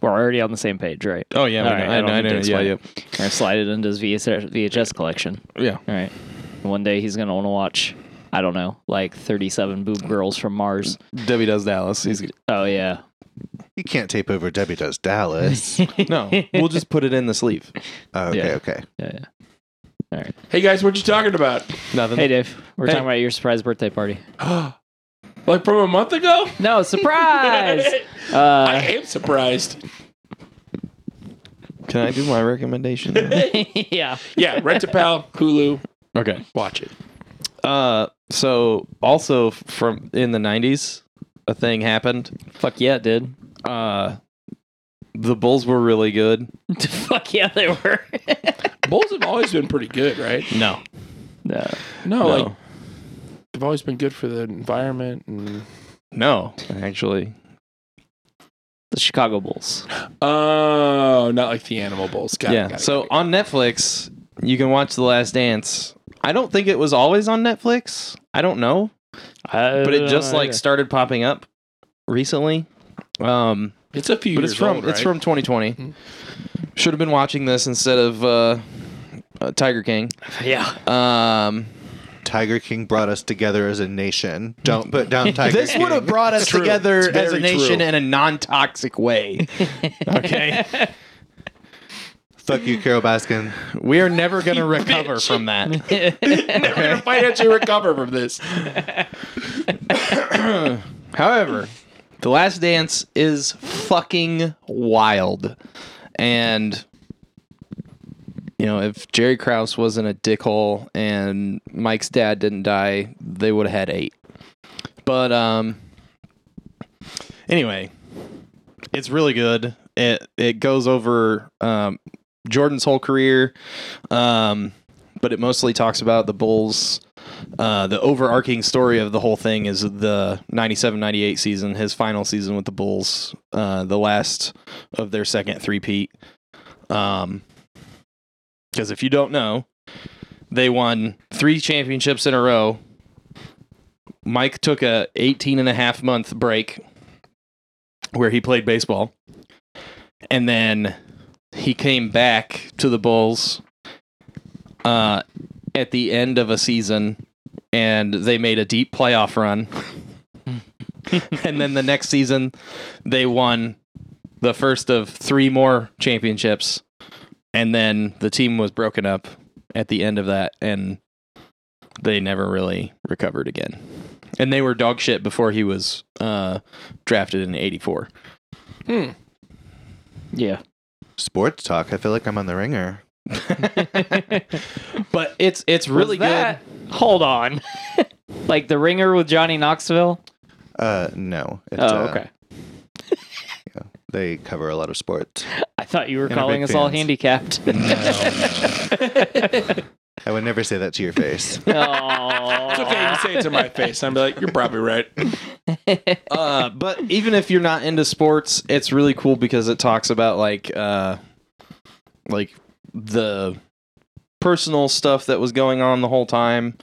Speaker 3: We're already on the same page, right?
Speaker 2: Oh yeah. we
Speaker 3: All
Speaker 2: know.
Speaker 3: right,
Speaker 2: I,
Speaker 3: I don't
Speaker 2: I
Speaker 3: need to
Speaker 2: know. Yeah, yeah,
Speaker 3: explain. We're gonna slide it into his VHS, VHS collection.
Speaker 2: yeah.
Speaker 3: All right. One day he's gonna want to watch. I don't know, like thirty-seven boob girls from Mars.
Speaker 2: Debbie does Dallas. He's
Speaker 3: Oh yeah,
Speaker 4: You can't tape over Debbie Does [laughs] Dallas.
Speaker 2: [laughs] no. We'll just put it in the sleeve.
Speaker 4: Oh, okay,
Speaker 3: Yeah.
Speaker 4: okay.
Speaker 3: yeah, yeah.
Speaker 1: Hey guys, what you talking about?
Speaker 2: Nothing.
Speaker 3: Hey Dave, we're
Speaker 2: Hey.
Speaker 3: talking about your surprise birthday party.
Speaker 1: like from a month ago?
Speaker 3: No [laughs] surprise.
Speaker 1: [laughs] I
Speaker 3: uh,
Speaker 1: am surprised.
Speaker 2: [laughs] Can I do my recommendation? [laughs]
Speaker 3: yeah.
Speaker 1: Yeah, Rent a Pal, Hulu,
Speaker 2: okay.
Speaker 1: watch it.
Speaker 2: Uh, so also f- from in the '90s, a thing happened.
Speaker 3: Fuck yeah, it did.
Speaker 2: Uh, the Bulls were really good.
Speaker 3: [laughs] Fuck yeah, they were.
Speaker 2: [laughs]
Speaker 1: Bulls have always been pretty good, right?
Speaker 2: No, Oh,
Speaker 3: no.
Speaker 1: No,
Speaker 2: no,
Speaker 1: like they've always been good for the environment. And...
Speaker 2: no. Actually,
Speaker 3: The Chicago Bulls.
Speaker 1: Oh, not like the animal bulls. Got it,
Speaker 2: yeah.
Speaker 1: got it, got
Speaker 2: so
Speaker 1: it.
Speaker 2: on Netflix, you can watch The Last Dance. I don't think it was always on Netflix. I don't know, but it just like started popping up recently. Um,
Speaker 1: it's a few.
Speaker 2: but
Speaker 1: years
Speaker 2: it's from
Speaker 1: old,
Speaker 2: it's
Speaker 1: right? Mm-hmm.
Speaker 2: from 2020. Should have been watching this instead of uh, uh, Tiger King.
Speaker 3: yeah.
Speaker 2: Um,
Speaker 4: Tiger King brought us together as a nation. Don't put down Tiger
Speaker 2: this
Speaker 4: King.
Speaker 2: would have brought us
Speaker 1: true.
Speaker 2: together
Speaker 1: It's
Speaker 2: as a
Speaker 1: very
Speaker 2: nation
Speaker 1: true.
Speaker 2: in a non-toxic way. okay,
Speaker 4: Fuck you, Carol Baskin.
Speaker 2: [laughs] we are never going to recover from that.
Speaker 1: Never [laughs] gonna financially recover from this.
Speaker 2: However, The Last Dance is fucking wild. And you know, if Jerry Krause wasn't a dickhole and Mike's dad didn't die, they would have had eight. But um anyway, it's really good. It it goes over um Jordan's whole career. Um but it mostly talks about the Bulls uh, the overarching story of the whole thing is the 97 98 season, his final season with the Bulls, uh, the last of their second three-peat. Um, because if you don't know, they won three championships in a row. Mike took a 18 and a half month break where he played baseball. And then he came back to the Bulls uh, at the end of a season and they made a deep playoff
Speaker 3: [laughs]
Speaker 2: run. and then the next season, they won the first of three more championships. And then the team was broken up at the end of that, and they never really recovered again. And they were dog shit before he was uh, drafted in '84.
Speaker 1: Hmm.
Speaker 3: Yeah.
Speaker 4: Sports talk. I feel like I'm on the ringer.
Speaker 2: but it's it's really
Speaker 3: Was
Speaker 2: good.
Speaker 3: that- Hold on. [laughs] like The Ringer with Johnny Knoxville?
Speaker 4: Uh, no. It's,
Speaker 3: Oh,
Speaker 4: uh,
Speaker 3: okay.
Speaker 4: They cover a lot of sports.
Speaker 3: I thought you were
Speaker 4: and a
Speaker 3: calling
Speaker 4: big
Speaker 3: us all
Speaker 4: fans. [laughs]
Speaker 3: handicapped. [laughs]
Speaker 4: I would never say that to your face.
Speaker 1: It's okay. You
Speaker 3: Aw.
Speaker 1: can say it to my face. and I'd be like, you're probably right.
Speaker 2: Uh, but even if you're not into sports, it's really cool because it talks about like uh, like the personal stuff that was going on the whole time,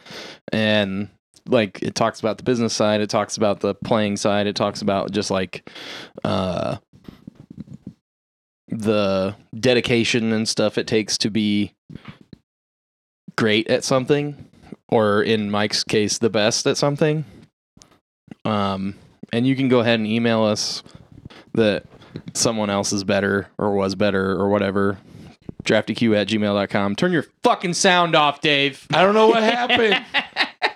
Speaker 2: and like it talks about the business side, it talks about the playing side, it talks about just like uh, the dedication and stuff it takes to be great at something, or in Mike's case, the best at something. Um, and you can go ahead and email us that someone else is better or was better or whatever. DraftyQ at gmail.com. Turn your fucking sound off, Dave.
Speaker 1: I don't know what happened.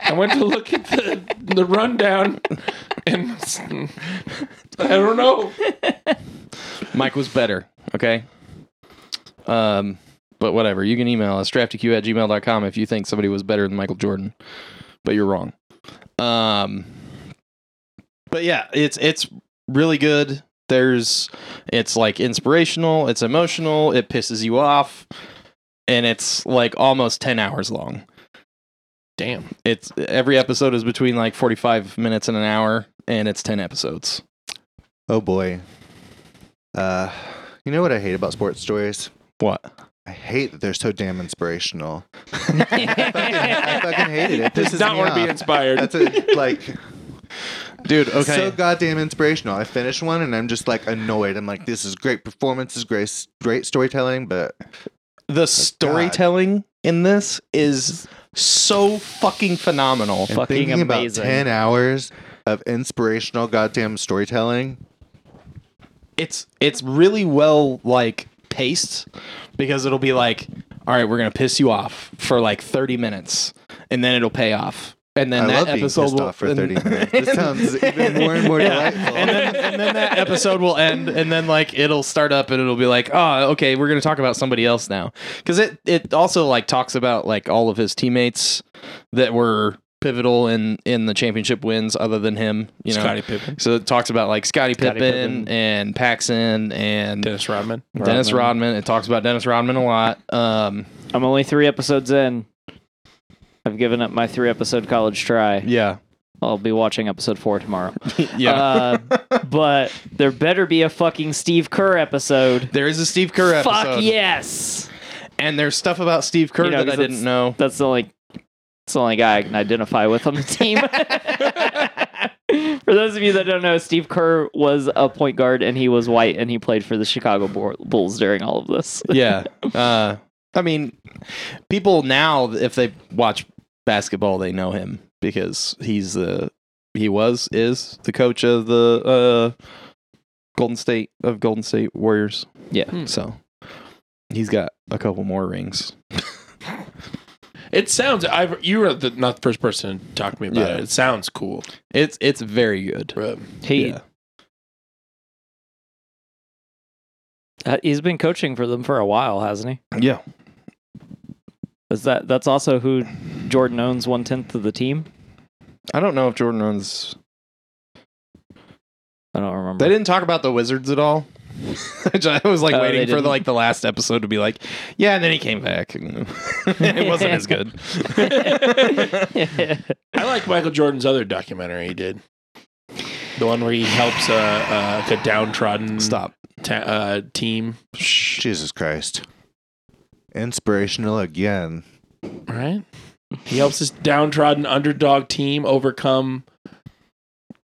Speaker 1: I went to look at the, the rundown and I don't know.
Speaker 2: Mike was better. Okay. Um, but whatever. You can email us draftyq at gmail.com if you think somebody was better than Michael Jordan. But you're wrong. Um, but yeah, it's it's really good. There's it's like inspirational, it's emotional, it pisses you off, and it's like almost ten hours long.
Speaker 1: Damn.
Speaker 2: It's every episode is between like forty five minutes and an hour, and it's ten episodes.
Speaker 4: Oh boy. Uh, you know what I hate about sports stories?
Speaker 2: What?
Speaker 4: I hate that they're so damn inspirational. [laughs] I, fucking, I fucking hated it. This
Speaker 1: Does
Speaker 4: is
Speaker 1: not want to be inspired.
Speaker 4: That's a, like
Speaker 2: [laughs] Dude, okay.
Speaker 4: so goddamn inspirational. I finished one and I'm just like annoyed. I'm like, this is great performance, this is great, great storytelling, but
Speaker 2: the storytelling in this is so fucking phenomenal.
Speaker 4: and
Speaker 3: Fucking
Speaker 4: thinking
Speaker 3: amazing.
Speaker 4: about ten hours of inspirational goddamn storytelling.
Speaker 2: It's it's really well like paced because it'll be like, all right, we're gonna piss you off for like thirty minutes, and then it'll pay off, and then
Speaker 4: I
Speaker 2: that
Speaker 4: love being
Speaker 2: episode
Speaker 4: pissed
Speaker 2: will
Speaker 4: off
Speaker 2: [laughs]
Speaker 4: for
Speaker 2: and-
Speaker 4: thirty minutes. This sounds even more and more
Speaker 2: [laughs]
Speaker 4: delightful.
Speaker 2: and then, and then that episode will end, and then like it'll start up, and it'll be like, oh, okay, we're gonna talk about somebody else now, because it it also like talks about like all of his teammates that were pivotal in in the championship wins, other than him, you know.
Speaker 1: Scotty Pippen,
Speaker 2: So it talks about like Scottie Pippen,
Speaker 3: Scottie Pippen.
Speaker 2: and Paxson and Dennis,
Speaker 1: Dennis Rodman.
Speaker 2: Rodman. It talks about Dennis Rodman a lot. Um,
Speaker 3: I'm only three episodes in. I've given up my three episode college try.
Speaker 2: yeah,
Speaker 3: I'll be watching episode four
Speaker 4: [laughs]
Speaker 3: tomorrow.
Speaker 2: yeah.
Speaker 3: Uh, but there better be a fucking Steve Kerr episode.
Speaker 2: there is a Steve Kerr episode.
Speaker 3: Fuck yes.
Speaker 2: And there's stuff about Steve Kerr
Speaker 3: You know,
Speaker 2: that I
Speaker 3: 'cause
Speaker 2: didn't know.
Speaker 3: That's the only that's the only guy I can identify with on the team. [laughs] for those of you that don't know, Steve Kerr was a point guard and he was white and he played for the Chicago Bull- Bulls during all of this.
Speaker 2: yeah. Uh, I mean, people now, if they watch basketball, they know him because he's the he was is the coach of the uh, Golden State of Golden State Warriors.
Speaker 3: Yeah.
Speaker 1: Hmm.
Speaker 2: So he's got a couple more rings.
Speaker 1: It sounds. I've you were the, not the first person to talk to me about
Speaker 2: Yeah.
Speaker 1: it. It sounds cool.
Speaker 2: It's it's very good.
Speaker 1: Right.
Speaker 3: He
Speaker 2: Yeah.
Speaker 3: uh, he's been coaching for them for a while, hasn't he?
Speaker 2: Yeah.
Speaker 3: Is that that's also who Jordan owns one tenth of the team?
Speaker 2: I don't know if Jordan owns.
Speaker 3: I don't remember. [laughs]
Speaker 2: They didn't talk about the Wizards at all. [laughs] Which I was like
Speaker 3: Oh, they
Speaker 2: waiting for
Speaker 3: didn't.
Speaker 2: the, like the last episode to be like, yeah, and [laughs] then he came back. it wasn't as
Speaker 3: [laughs]
Speaker 2: good.
Speaker 1: I like Michael Jordan's other documentary he did. The one where he helps uh, uh, like a downtrodden
Speaker 2: Stop.
Speaker 1: ta- uh, team.
Speaker 4: Jesus Christ. Inspirational again.
Speaker 1: Right? He helps this downtrodden underdog team overcome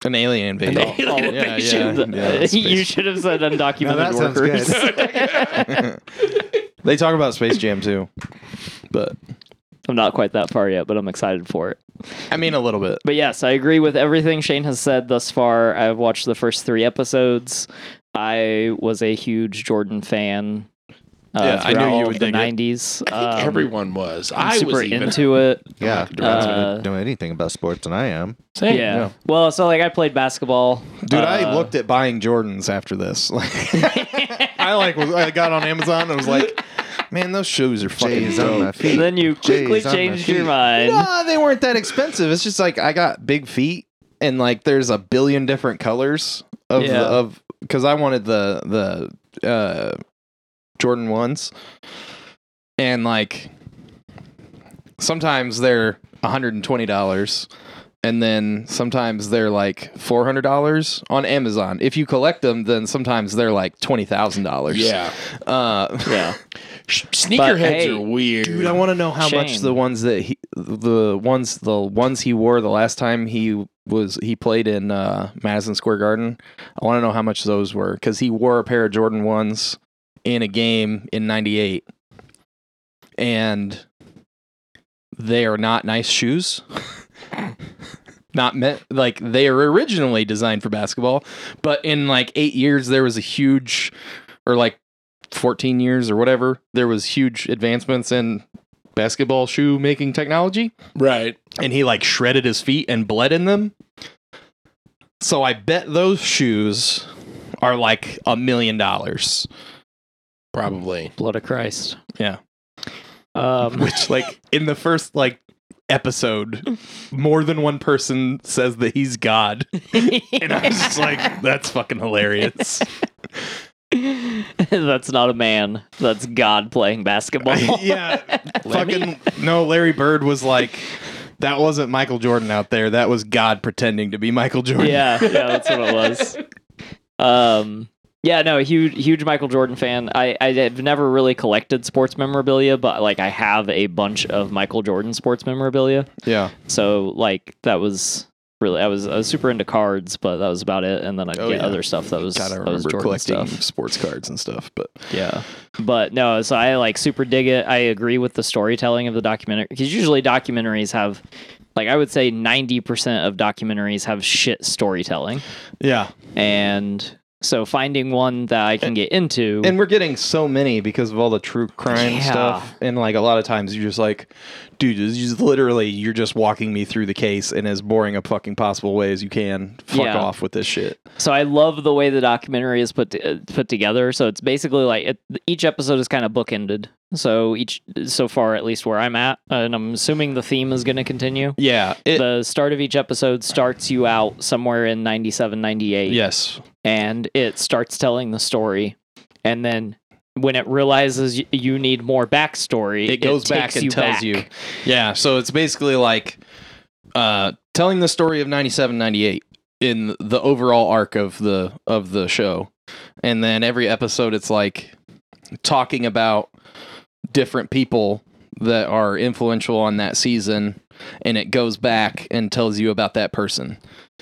Speaker 2: An
Speaker 1: [laughs]
Speaker 2: alien
Speaker 1: an
Speaker 2: invasion.
Speaker 1: alien
Speaker 3: all-
Speaker 2: yeah,
Speaker 1: invasion.
Speaker 2: yeah. that's
Speaker 3: [laughs] you
Speaker 2: basi-
Speaker 3: should have
Speaker 2: [laughs]
Speaker 3: said undocumented
Speaker 4: Now that sounds
Speaker 3: workers.
Speaker 2: they talk about Space Jam too, but
Speaker 3: I'm not quite that far yet, but I'm excited for it.
Speaker 2: I mean a little bit.
Speaker 3: But yes, I agree with everything Shane has said thus far. I've watched the first three episodes. I was a huge Jordan fan. Uh,
Speaker 2: Yeah, I knew
Speaker 3: throughout
Speaker 2: you
Speaker 3: all of
Speaker 2: would
Speaker 3: the
Speaker 2: dig it.
Speaker 3: '90s.
Speaker 1: I think
Speaker 3: Um,
Speaker 1: everyone was.
Speaker 3: I'm
Speaker 1: I
Speaker 3: super
Speaker 1: was even.
Speaker 3: into it.
Speaker 4: Yeah.
Speaker 1: Michael
Speaker 4: Don't
Speaker 1: Jordan's
Speaker 3: Uh,
Speaker 4: know anything about sports and I am.
Speaker 1: Same.
Speaker 3: yeah. Well, so like I played basketball.
Speaker 2: Dude, I
Speaker 3: Uh,
Speaker 2: looked at [laughs] buying Jordans after this. Like, I like was, I got on Amazon and was like, Man, those shoes are fucking
Speaker 4: J's on my
Speaker 2: dope.
Speaker 4: feet.
Speaker 2: [laughs]
Speaker 3: then you quickly
Speaker 4: Jeez, I'm a
Speaker 3: changed your
Speaker 4: sheep.
Speaker 3: mind.
Speaker 2: No, they weren't that expensive. It's just like I got big feet, and like there's a billion different colors of
Speaker 3: Yeah.
Speaker 2: of because I wanted the the uh, Jordan ones, and like sometimes they're hundred and twenty dollars. And then sometimes they're like four hundred dollars on Amazon. If you collect them, then sometimes they're like twenty thousand
Speaker 1: [laughs]
Speaker 2: dollars.
Speaker 1: Yeah.
Speaker 2: Uh,
Speaker 3: Yeah.
Speaker 1: Sh- Sneakerheads
Speaker 3: hey,
Speaker 1: are weird.
Speaker 2: Dude, I want to know how much
Speaker 3: Shame.
Speaker 2: the ones that he, the ones the ones he wore the last time he was he played in uh, Madison Square Garden. I want to know how much those were because he wore a pair of Jordan ones in a game in '98, and they are not nice shoes. [laughs] Not meant like they were originally designed for basketball, but in like eight years there was a huge, or like 14 years or whatever, there was huge advancements in basketball shoe making technology,
Speaker 1: right.
Speaker 2: and he like shredded his feet and bled in them. So I bet those shoes are like a million dollars,
Speaker 1: Probably.
Speaker 3: Blood of Christ.
Speaker 2: Yeah.
Speaker 3: Um, [laughs]
Speaker 2: which like in the first like episode, more than one person says that he's God, and I was just like, that's fucking hilarious.
Speaker 3: That's not a man. That's God playing basketball.
Speaker 2: [laughs] yeah, fucking no. Larry Bird was like, that wasn't Michael Jordan out there. That was God pretending to be Michael Jordan.
Speaker 3: yeah, yeah, that's what it was. Um, yeah, no, huge, huge Michael Jordan fan. I, I have never really collected sports memorabilia, but like I have a bunch of Michael Jordan sports memorabilia.
Speaker 2: yeah.
Speaker 3: So like that was really I was I was super into cards, but that was about it. And then I'd
Speaker 2: Oh,
Speaker 3: get
Speaker 2: yeah.
Speaker 3: other stuff that was
Speaker 2: God, I
Speaker 3: that was
Speaker 2: remember
Speaker 3: Jordan
Speaker 2: collecting
Speaker 3: stuff.
Speaker 2: sports cards and stuff, but
Speaker 3: Yeah. But no, so I like super dig it. I agree with the storytelling of the documentary because usually documentaries have, like, I would say 90% of documentaries have shit storytelling.
Speaker 2: yeah.
Speaker 3: And so finding one that I can get into.
Speaker 2: And we're getting so many because of all the true crime
Speaker 3: Yeah.
Speaker 2: stuff, and like a lot of times you're just like, dude, this is literally you're just walking me through the case in as boring a fucking possible way as you can. Fuck
Speaker 3: Yeah.
Speaker 2: off with this shit.
Speaker 3: so I love the way the documentary is put uh, put together. So it's basically like it, each episode is kind of bookended. So each so far at least where I'm at, and I'm assuming the theme is going to continue.
Speaker 2: Yeah. It,
Speaker 3: the start of each episode starts you out somewhere in 97 98
Speaker 2: yes.
Speaker 3: and it starts telling the story and then when it realizes y- you need more backstory
Speaker 2: it goes back
Speaker 3: takes
Speaker 2: and tells
Speaker 3: back.
Speaker 2: you yeah so it's basically like uh telling the story of 97 98 in the overall arc of the of the show and then every episode it's like talking about different people that are influential on that season and it goes back and tells you about that person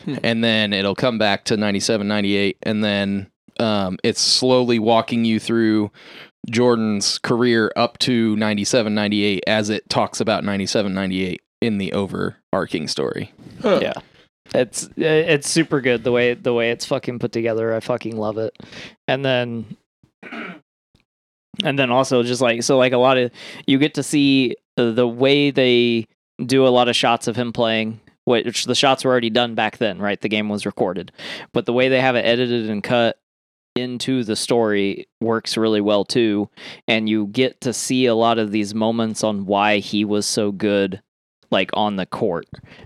Speaker 1: Hmm.
Speaker 2: and then it'll come back to 97 98 and then um, it's slowly walking you through Jordan's career up to 97 98 as it talks about 97 98 in the overarching story.
Speaker 1: Huh.
Speaker 3: Yeah. it's it's super good the way the way it's fucking put together i fucking love it and then and then also just like so like a lot of you get to see uh, the way they do a lot of shots of him playing which the shots were already done back then right the game was recorded but the way they have it edited and cut into the story works really well too and you get to see a lot of these moments on why he was so good like on the court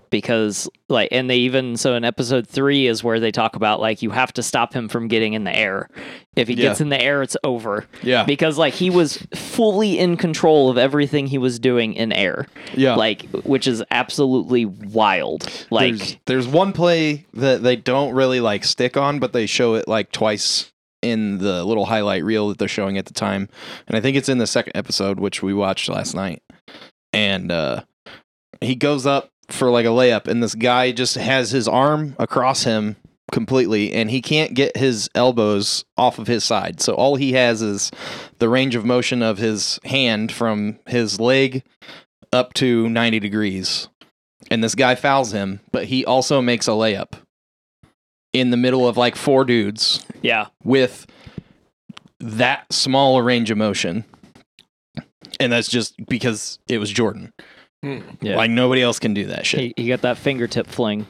Speaker 3: because like and they even so in episode 3 is where they talk about like you have to stop him from getting in the air if he
Speaker 2: Yeah. Ah.
Speaker 3: gets in the air it's
Speaker 2: [laughs]
Speaker 3: over
Speaker 2: Yeah.
Speaker 3: because like he was fully in control of everything he was doing in air
Speaker 2: Yeah.
Speaker 3: like which is absolutely wild like
Speaker 2: there's, there's one play that they don't really like stick on, but they show it like twice in the little highlight reel that they're showing at the time. And I think it's in the second episode, which we watched last night. And uh, he goes up for like a layup, and this guy just has his arm across him completely, and he can't get his elbows off of his side. So all he has is the range of motion of his hand from his leg up to 90 degrees and this guy fouls him, but he also makes a layup in the middle of like four dudes
Speaker 3: yeah
Speaker 2: with that small a range of motion. And that's just because it was Jordan.
Speaker 1: Hmm.
Speaker 3: Yeah.
Speaker 2: Like nobody else can do that shit.
Speaker 3: he, he got that fingertip fling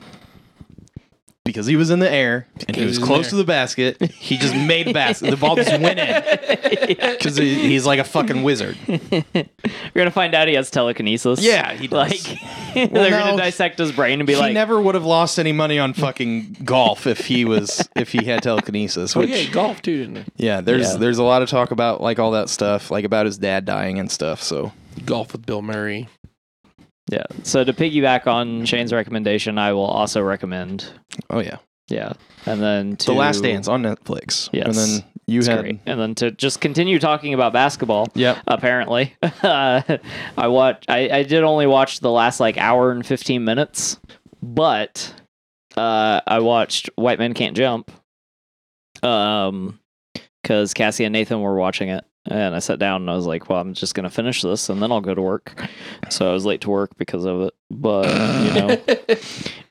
Speaker 2: because he was in the air and
Speaker 1: Because
Speaker 2: he was
Speaker 1: he was in
Speaker 2: close
Speaker 1: the
Speaker 2: to the basket. He just made a basket. The ball just went in because he's like a fucking wizard.
Speaker 3: We're gonna find out he has telekinesis.
Speaker 2: Yeah, he does.
Speaker 3: [laughs] Like they're
Speaker 2: no.
Speaker 3: gonna dissect his brain and be
Speaker 2: he
Speaker 3: like,
Speaker 2: never would have lost any money on fucking golf if he was if he had telekinesis. Which
Speaker 1: Oh, yeah, he golfed too, didn't he?
Speaker 2: yeah, there's
Speaker 3: Yeah.
Speaker 2: there's a lot of talk about like all that stuff, like about his dad dying and stuff. So
Speaker 1: He golfed with Bill Murray.
Speaker 3: yeah. So to piggyback on Shane's recommendation, I will also recommend.
Speaker 2: oh yeah,
Speaker 3: Yeah, and then to
Speaker 2: The Last Dance on Netflix.
Speaker 3: Yes.
Speaker 2: and then you
Speaker 3: It's
Speaker 2: had
Speaker 3: great. And then to just continue talking about basketball.
Speaker 2: Yep.
Speaker 3: Apparently, [laughs] uh, I watch. I, I did only watch the last like hour and fifteen minutes, but uh, I watched White Men Can't Jump. Um, because Cassie and Nathan were watching it, and I sat down and I was like, "Well, I'm just gonna finish this, and then I'll go to work." So I was late to work because of it, but you know,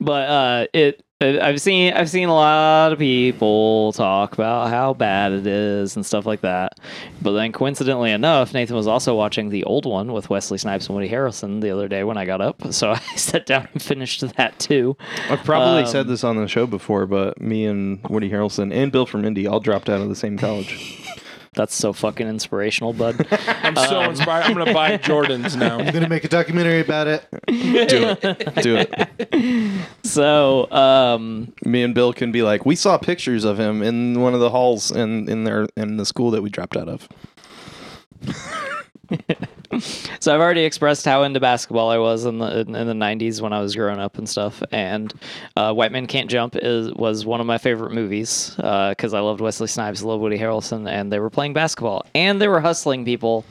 Speaker 3: but uh, it. I- I've seen I've seen a lot of people talk about how bad it is and stuff like that. But then coincidentally enough, Nathan was also watching the old one with Wesley Snipes and Woody Harrelson the other day when I got up. So [laughs] I sat down and finished that too.
Speaker 2: I've probably
Speaker 3: Um,
Speaker 2: said this on the show before, but me and Woody Harrelson and Bill from Indy all dropped out of the same [laughs] college.
Speaker 3: That's so fucking inspirational, bud.
Speaker 1: I'm so
Speaker 3: Uh,
Speaker 1: inspired. I'm gonna
Speaker 3: [laughs]
Speaker 1: buy Jordans now.
Speaker 4: I'm gonna make a documentary about it.
Speaker 2: Do it. Do it.
Speaker 3: so um
Speaker 2: [laughs] Me and Bill can be like, we saw pictures of him in one of the halls in, in their in the school that we dropped out of.
Speaker 3: So I've already expressed how into basketball I was in the in, in the '90s when I was growing up and stuff. And uh, White Men Can't Jump is was one of my favorite movies because I loved Wesley Snipes, loved Woody Harrelson, and they were playing basketball and they were hustling people,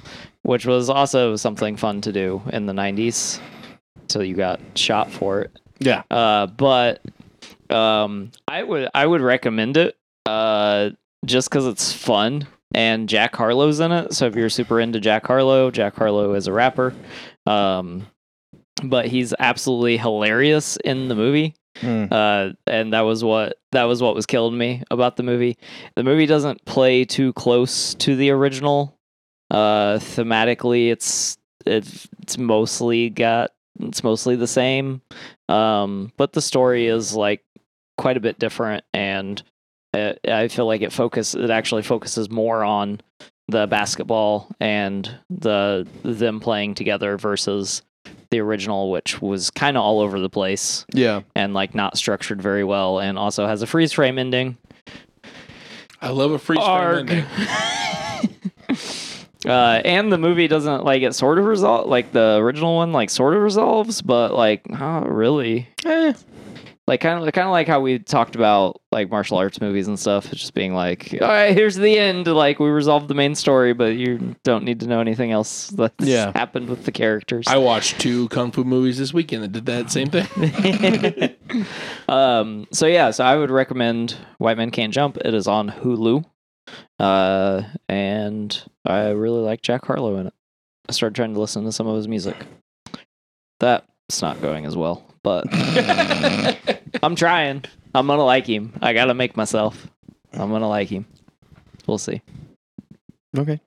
Speaker 3: which was also something fun to do in the '90s until you got shot for it.
Speaker 2: Yeah.
Speaker 3: Uh, but um, I would I would recommend it uh, just because it's fun and Jack Harlow's in it. So if you're super into Jack Harlow, Jack Harlow is a rapper, um, but he's absolutely hilarious in the movie. Uh, and that was what that was what was killing me about the movie. The movie doesn't play too close to the original. Uh, thematically, it's it's it's mostly got it's mostly the same, um, but the story is like quite a bit different, and uh I feel like it focus it actually focuses more on the basketball and the them playing together versus the original, which was kind of all over the place
Speaker 2: Yeah.
Speaker 3: and like not structured very well and also has a freeze frame ending.
Speaker 1: I love a freeze frame ending.
Speaker 3: [laughs] Uh, and the movie doesn't like it sort of resolve like the original one like sort of resolves, but like not really. Like kind of kind of like how we talked about like martial arts movies and stuff, it's just being like, all right, here's the end. Like we resolved the main story, but you don't need to know anything else that's
Speaker 2: Yeah.
Speaker 3: happened with the characters.
Speaker 1: I watched two kung fu movies this weekend that did that same thing.
Speaker 3: [laughs] um, so yeah, so I would recommend White Men Can't Jump. It is on Hulu, uh, and I really like Jack Harlow in it. I started trying to listen to some of his music. That's not going as well, [laughs] but I'm trying. I'm gonna like him. I gotta make myself. I'm gonna like him. We'll see.
Speaker 2: Okay.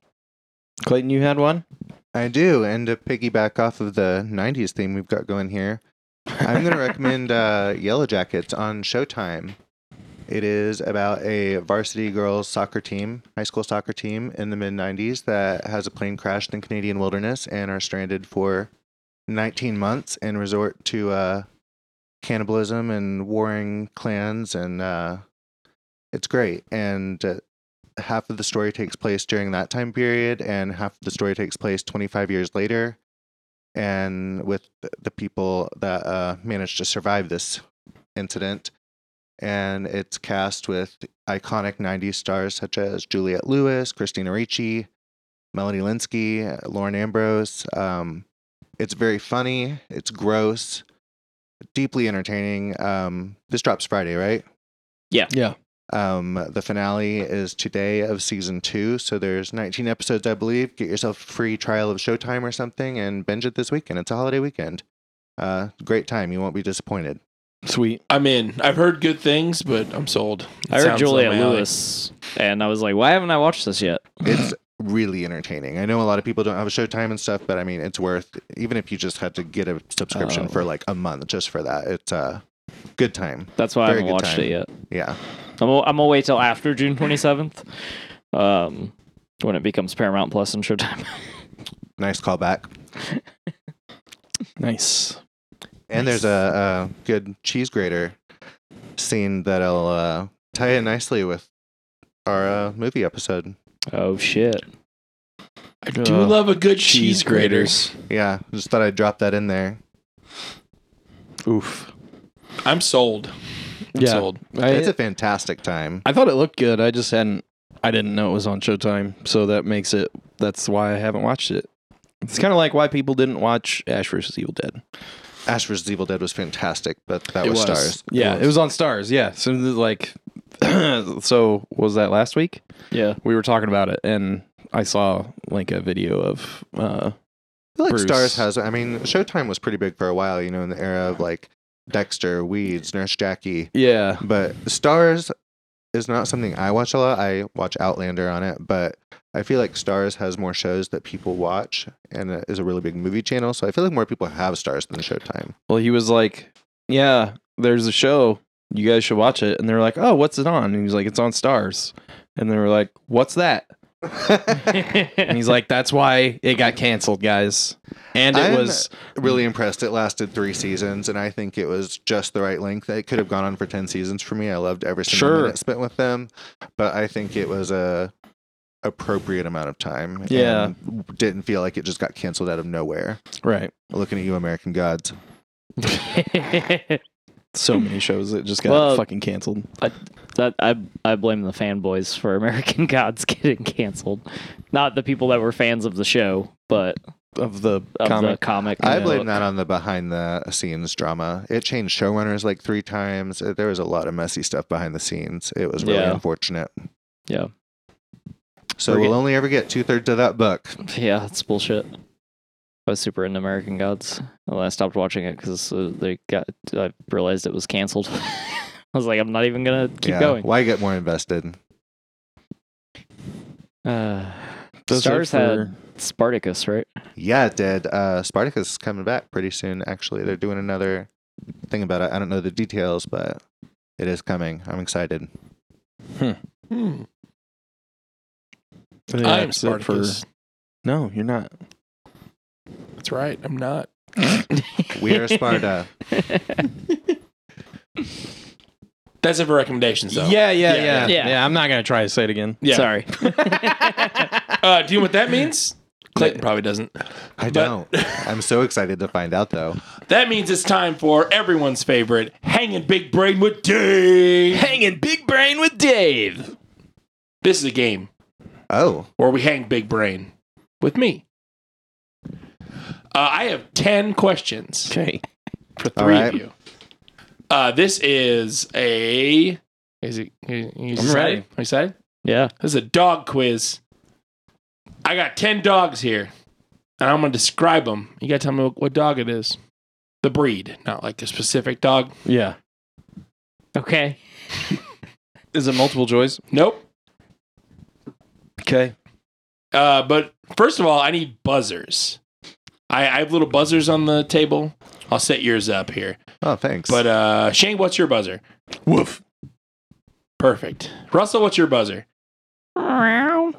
Speaker 2: Clayton, you had one?
Speaker 4: I do, and to piggyback off of the '90s theme we've got going here, I'm going to recommend uh, Yellow Jackets on Showtime. It is about a varsity girls soccer team, high school soccer team in the mid '90s that has a plane crashed in Canadian wilderness and are stranded for 19 months and resort to uh, cannibalism and warring clans, and uh, it's great. And uh, half of the story takes place during that time period and half of the story takes place 25 years later and with th- the people that uh, managed to survive this incident and it's cast with iconic 90s stars such as juliette lewis christina ricci melanie linsky uh, lauren ambrose um, it's very funny it's gross deeply entertaining um, this drops friday right
Speaker 2: Yeah.
Speaker 4: um, the finale is today of season two, so there's 19 episodes, I believe. Get yourself a free trial of Showtime or something and binge it this weekend. It's a holiday weekend. Uh, great time. You won't be disappointed.
Speaker 2: Sweet.
Speaker 1: I'm in. I've heard good things, but I'm sold. It
Speaker 3: I heard
Speaker 1: sounds
Speaker 3: Julia
Speaker 1: on my alley.
Speaker 3: Lewis, and I was like, why haven't I watched this yet?
Speaker 4: It's really entertaining. I know a lot of people don't have a Showtime and stuff, but I mean, it's worth even if you just had to get a subscription
Speaker 3: Oh.
Speaker 4: for like a month just for that. It's uh, Good time.
Speaker 3: That's why
Speaker 4: Very
Speaker 3: I haven't
Speaker 4: good
Speaker 3: watched
Speaker 4: time.
Speaker 3: it yet.
Speaker 4: Yeah.
Speaker 3: I'm gonna- I'm gonna wait till after June 27th, um, when it becomes Paramount Plus and Showtime.
Speaker 4: Nice callback.
Speaker 2: Nice.
Speaker 4: And there's a, a good cheese grater scene that'll uh, tie in nicely with our uh, movie episode.
Speaker 3: oh
Speaker 4: [laughs]
Speaker 3: shit!
Speaker 1: I do love a good cheese, graters.
Speaker 4: Yeah, just thought I'd drop that in there.
Speaker 2: Oof.
Speaker 1: I'm sold. I'm
Speaker 2: Yeah.
Speaker 1: sold.
Speaker 2: I,
Speaker 4: it's a fantastic time.
Speaker 2: I thought it looked good. I just hadn't. I didn't know it was on Showtime, so that makes it. That's why I haven't watched it. It's kind of like why people didn't watch Ash vs Evil Dead.
Speaker 4: Ash vs. Evil Dead was fantastic, but that
Speaker 1: It
Speaker 4: was,
Speaker 1: was.
Speaker 4: stars.
Speaker 2: Yeah, it was, on Stars. Yeah, so this is like, [clears throat] so was that last week?
Speaker 3: Yeah,
Speaker 2: We were talking about it, and I saw like a video of. uh
Speaker 4: I feel like
Speaker 2: Bruce.
Speaker 4: stars has. I mean, Showtime was pretty big for a while. You know, in the era of like Dexter, Weeds, Nurse Jackie.
Speaker 2: Yeah,
Speaker 4: But Stars is not something I watch a lot. I watch Outlander on it, but I feel like Stars has more shows that people watch and it is a really big movie channel. So I feel like more people have Stars than Showtime. [laughs]
Speaker 2: Well, he was like, "Yeah, there's a show. You guys should watch it." And they were like, "Oh, what's it on?" And he was like, "It's on Stars." And they were like, "What's that?" And he's like, "That's why it got canceled, guys." And it
Speaker 4: I'm-
Speaker 2: was
Speaker 4: really
Speaker 2: Mm-hmm.
Speaker 4: impressed. It lasted three seasons, and I think it was just the right length. It could have gone on for ten seasons for me. I loved every single
Speaker 2: Sure.
Speaker 4: minute spent with them, but I think it was a appropriate amount of time.
Speaker 2: Yeah.
Speaker 4: and didn't feel like it just got canceled out of nowhere.
Speaker 2: right.
Speaker 4: Looking at you, American Gods.
Speaker 2: So many shows that just got
Speaker 3: Well-
Speaker 2: fucking canceled.
Speaker 3: that I I blame the fanboys for American Gods [laughs] getting canceled, not the people that were fans of the show, but
Speaker 2: Of the
Speaker 3: of
Speaker 2: comic,
Speaker 3: the comic.
Speaker 4: I
Speaker 3: book.
Speaker 4: blame that on the behind the scenes drama. It changed showrunners like three times. There was a lot of messy stuff behind the scenes. It was really
Speaker 3: Yeah.
Speaker 4: unfortunate.
Speaker 3: Yeah.
Speaker 4: So
Speaker 3: We're
Speaker 4: we'll
Speaker 3: get-
Speaker 4: only ever get two thirds of that book.
Speaker 3: Yeah, it's bullshit. I was super into American Gods. Well, I stopped watching it because uh, they got. I realized it was canceled. [laughs] I was like, I'm not even gonna keep
Speaker 4: Yeah.
Speaker 3: going.
Speaker 4: Why get more invested?
Speaker 3: Uh,
Speaker 2: Those are
Speaker 3: Stars had Spartacus, right?
Speaker 4: Yeah, it did. Uh, Spartacus is coming back pretty soon. Actually, they're doing another thing about it. I don't know the details, but it is coming. I'm excited.
Speaker 1: Hmm.
Speaker 2: for- yeah,
Speaker 1: I'm
Speaker 2: that's it for-
Speaker 1: Spartacus.
Speaker 2: no, you're not.
Speaker 1: That's right. I'm not.
Speaker 4: We
Speaker 3: [laughs]
Speaker 4: are Sparta.
Speaker 1: That's it for recommendations, though.
Speaker 2: yeah, yeah,
Speaker 1: Yeah,
Speaker 2: yeah,
Speaker 1: yeah.
Speaker 2: yeah, I'm not gonna try to say it again.
Speaker 1: Yeah.
Speaker 3: Sorry. [laughs]
Speaker 1: Uh, do you know what that means? [laughs] Clayton probably doesn't.
Speaker 4: I
Speaker 1: But-
Speaker 4: don't. I'm so excited to find out, though.
Speaker 1: That means it's time for everyone's favorite Hanging Big Brain with Dave.
Speaker 2: Hanging big brain with Dave.
Speaker 1: This is a game
Speaker 4: Oh,
Speaker 1: where we hang Big Brain with me. Uh, I have 10 questions
Speaker 2: Okay.
Speaker 1: for
Speaker 4: All
Speaker 1: three of
Speaker 4: right.
Speaker 1: you. Uh, this is a. Is it, you, you excited?
Speaker 2: ready.
Speaker 1: Are you excited?
Speaker 3: yeah.
Speaker 1: This is a dog quiz. I got 10 dogs here, and I'm going to describe them. You got to tell me what, what dog it is. The breed, not like a specific dog.
Speaker 2: Yeah.
Speaker 3: Okay.
Speaker 2: Is it multiple choice?
Speaker 1: Nope.
Speaker 2: Okay.
Speaker 1: Uh, but first of all, I need buzzers. I, I have little buzzers on the table. I'll set yours up here.
Speaker 4: oh, thanks.
Speaker 1: But uh, Shane, what's your buzzer? Woof. Perfect. Russell, what's your buzzer?
Speaker 3: Uh,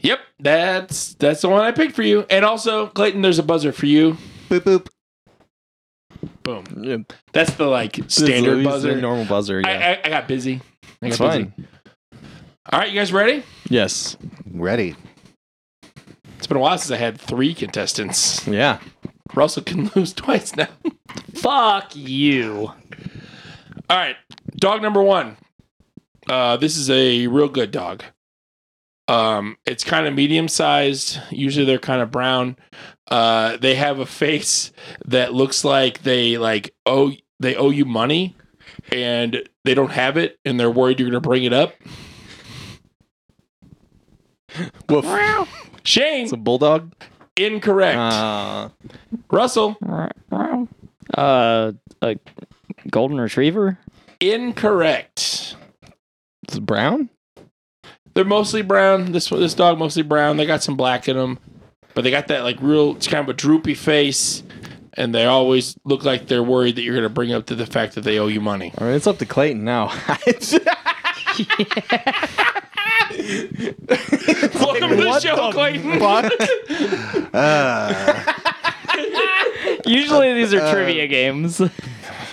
Speaker 1: Yep, that's that's the one I picked for you. And also, Clayton, there's a buzzer for you.
Speaker 4: boop boop.
Speaker 1: Boom.
Speaker 2: Yeah.
Speaker 1: That's the like standard buzzer.
Speaker 2: normal buzzer.
Speaker 1: I,
Speaker 2: Yeah.
Speaker 1: I, I got busy. I
Speaker 2: it's
Speaker 1: got busy.
Speaker 2: fine.
Speaker 1: All right, you guys ready?
Speaker 2: Yes.
Speaker 4: Ready?
Speaker 1: It's been a while since I had three contestants.
Speaker 2: Yeah.
Speaker 1: Russell can [laughs] lose twice now.
Speaker 3: Fuck you.
Speaker 1: All right, dog number one. Uh, this is a real good dog. Um, it's kind of medium sized. Usually they're kind of brown. Uh, they have a face that looks like they like owe they owe you money, and they don't have it, and they're worried you're gonna bring it up.
Speaker 2: Woof.
Speaker 1: Shane,
Speaker 2: It's a bulldog.
Speaker 1: incorrect.
Speaker 2: Uh,
Speaker 1: Russell,
Speaker 3: Uh, a golden retriever.
Speaker 1: incorrect.
Speaker 2: it's brown.
Speaker 1: They're mostly brown. This one- this dog mostly brown. They got some black in them, but they got that like real. It's kind of a droopy face, and they always look like they're worried that you're going to bring up to the fact that they owe you
Speaker 4: [laughs]
Speaker 1: money.
Speaker 2: All right, it's up to Clayton now. [laughs]
Speaker 1: Welcome to the
Speaker 2: What
Speaker 1: show,
Speaker 2: the
Speaker 1: Clayton.
Speaker 4: [laughs] Uh,
Speaker 3: Usually these are trivia games.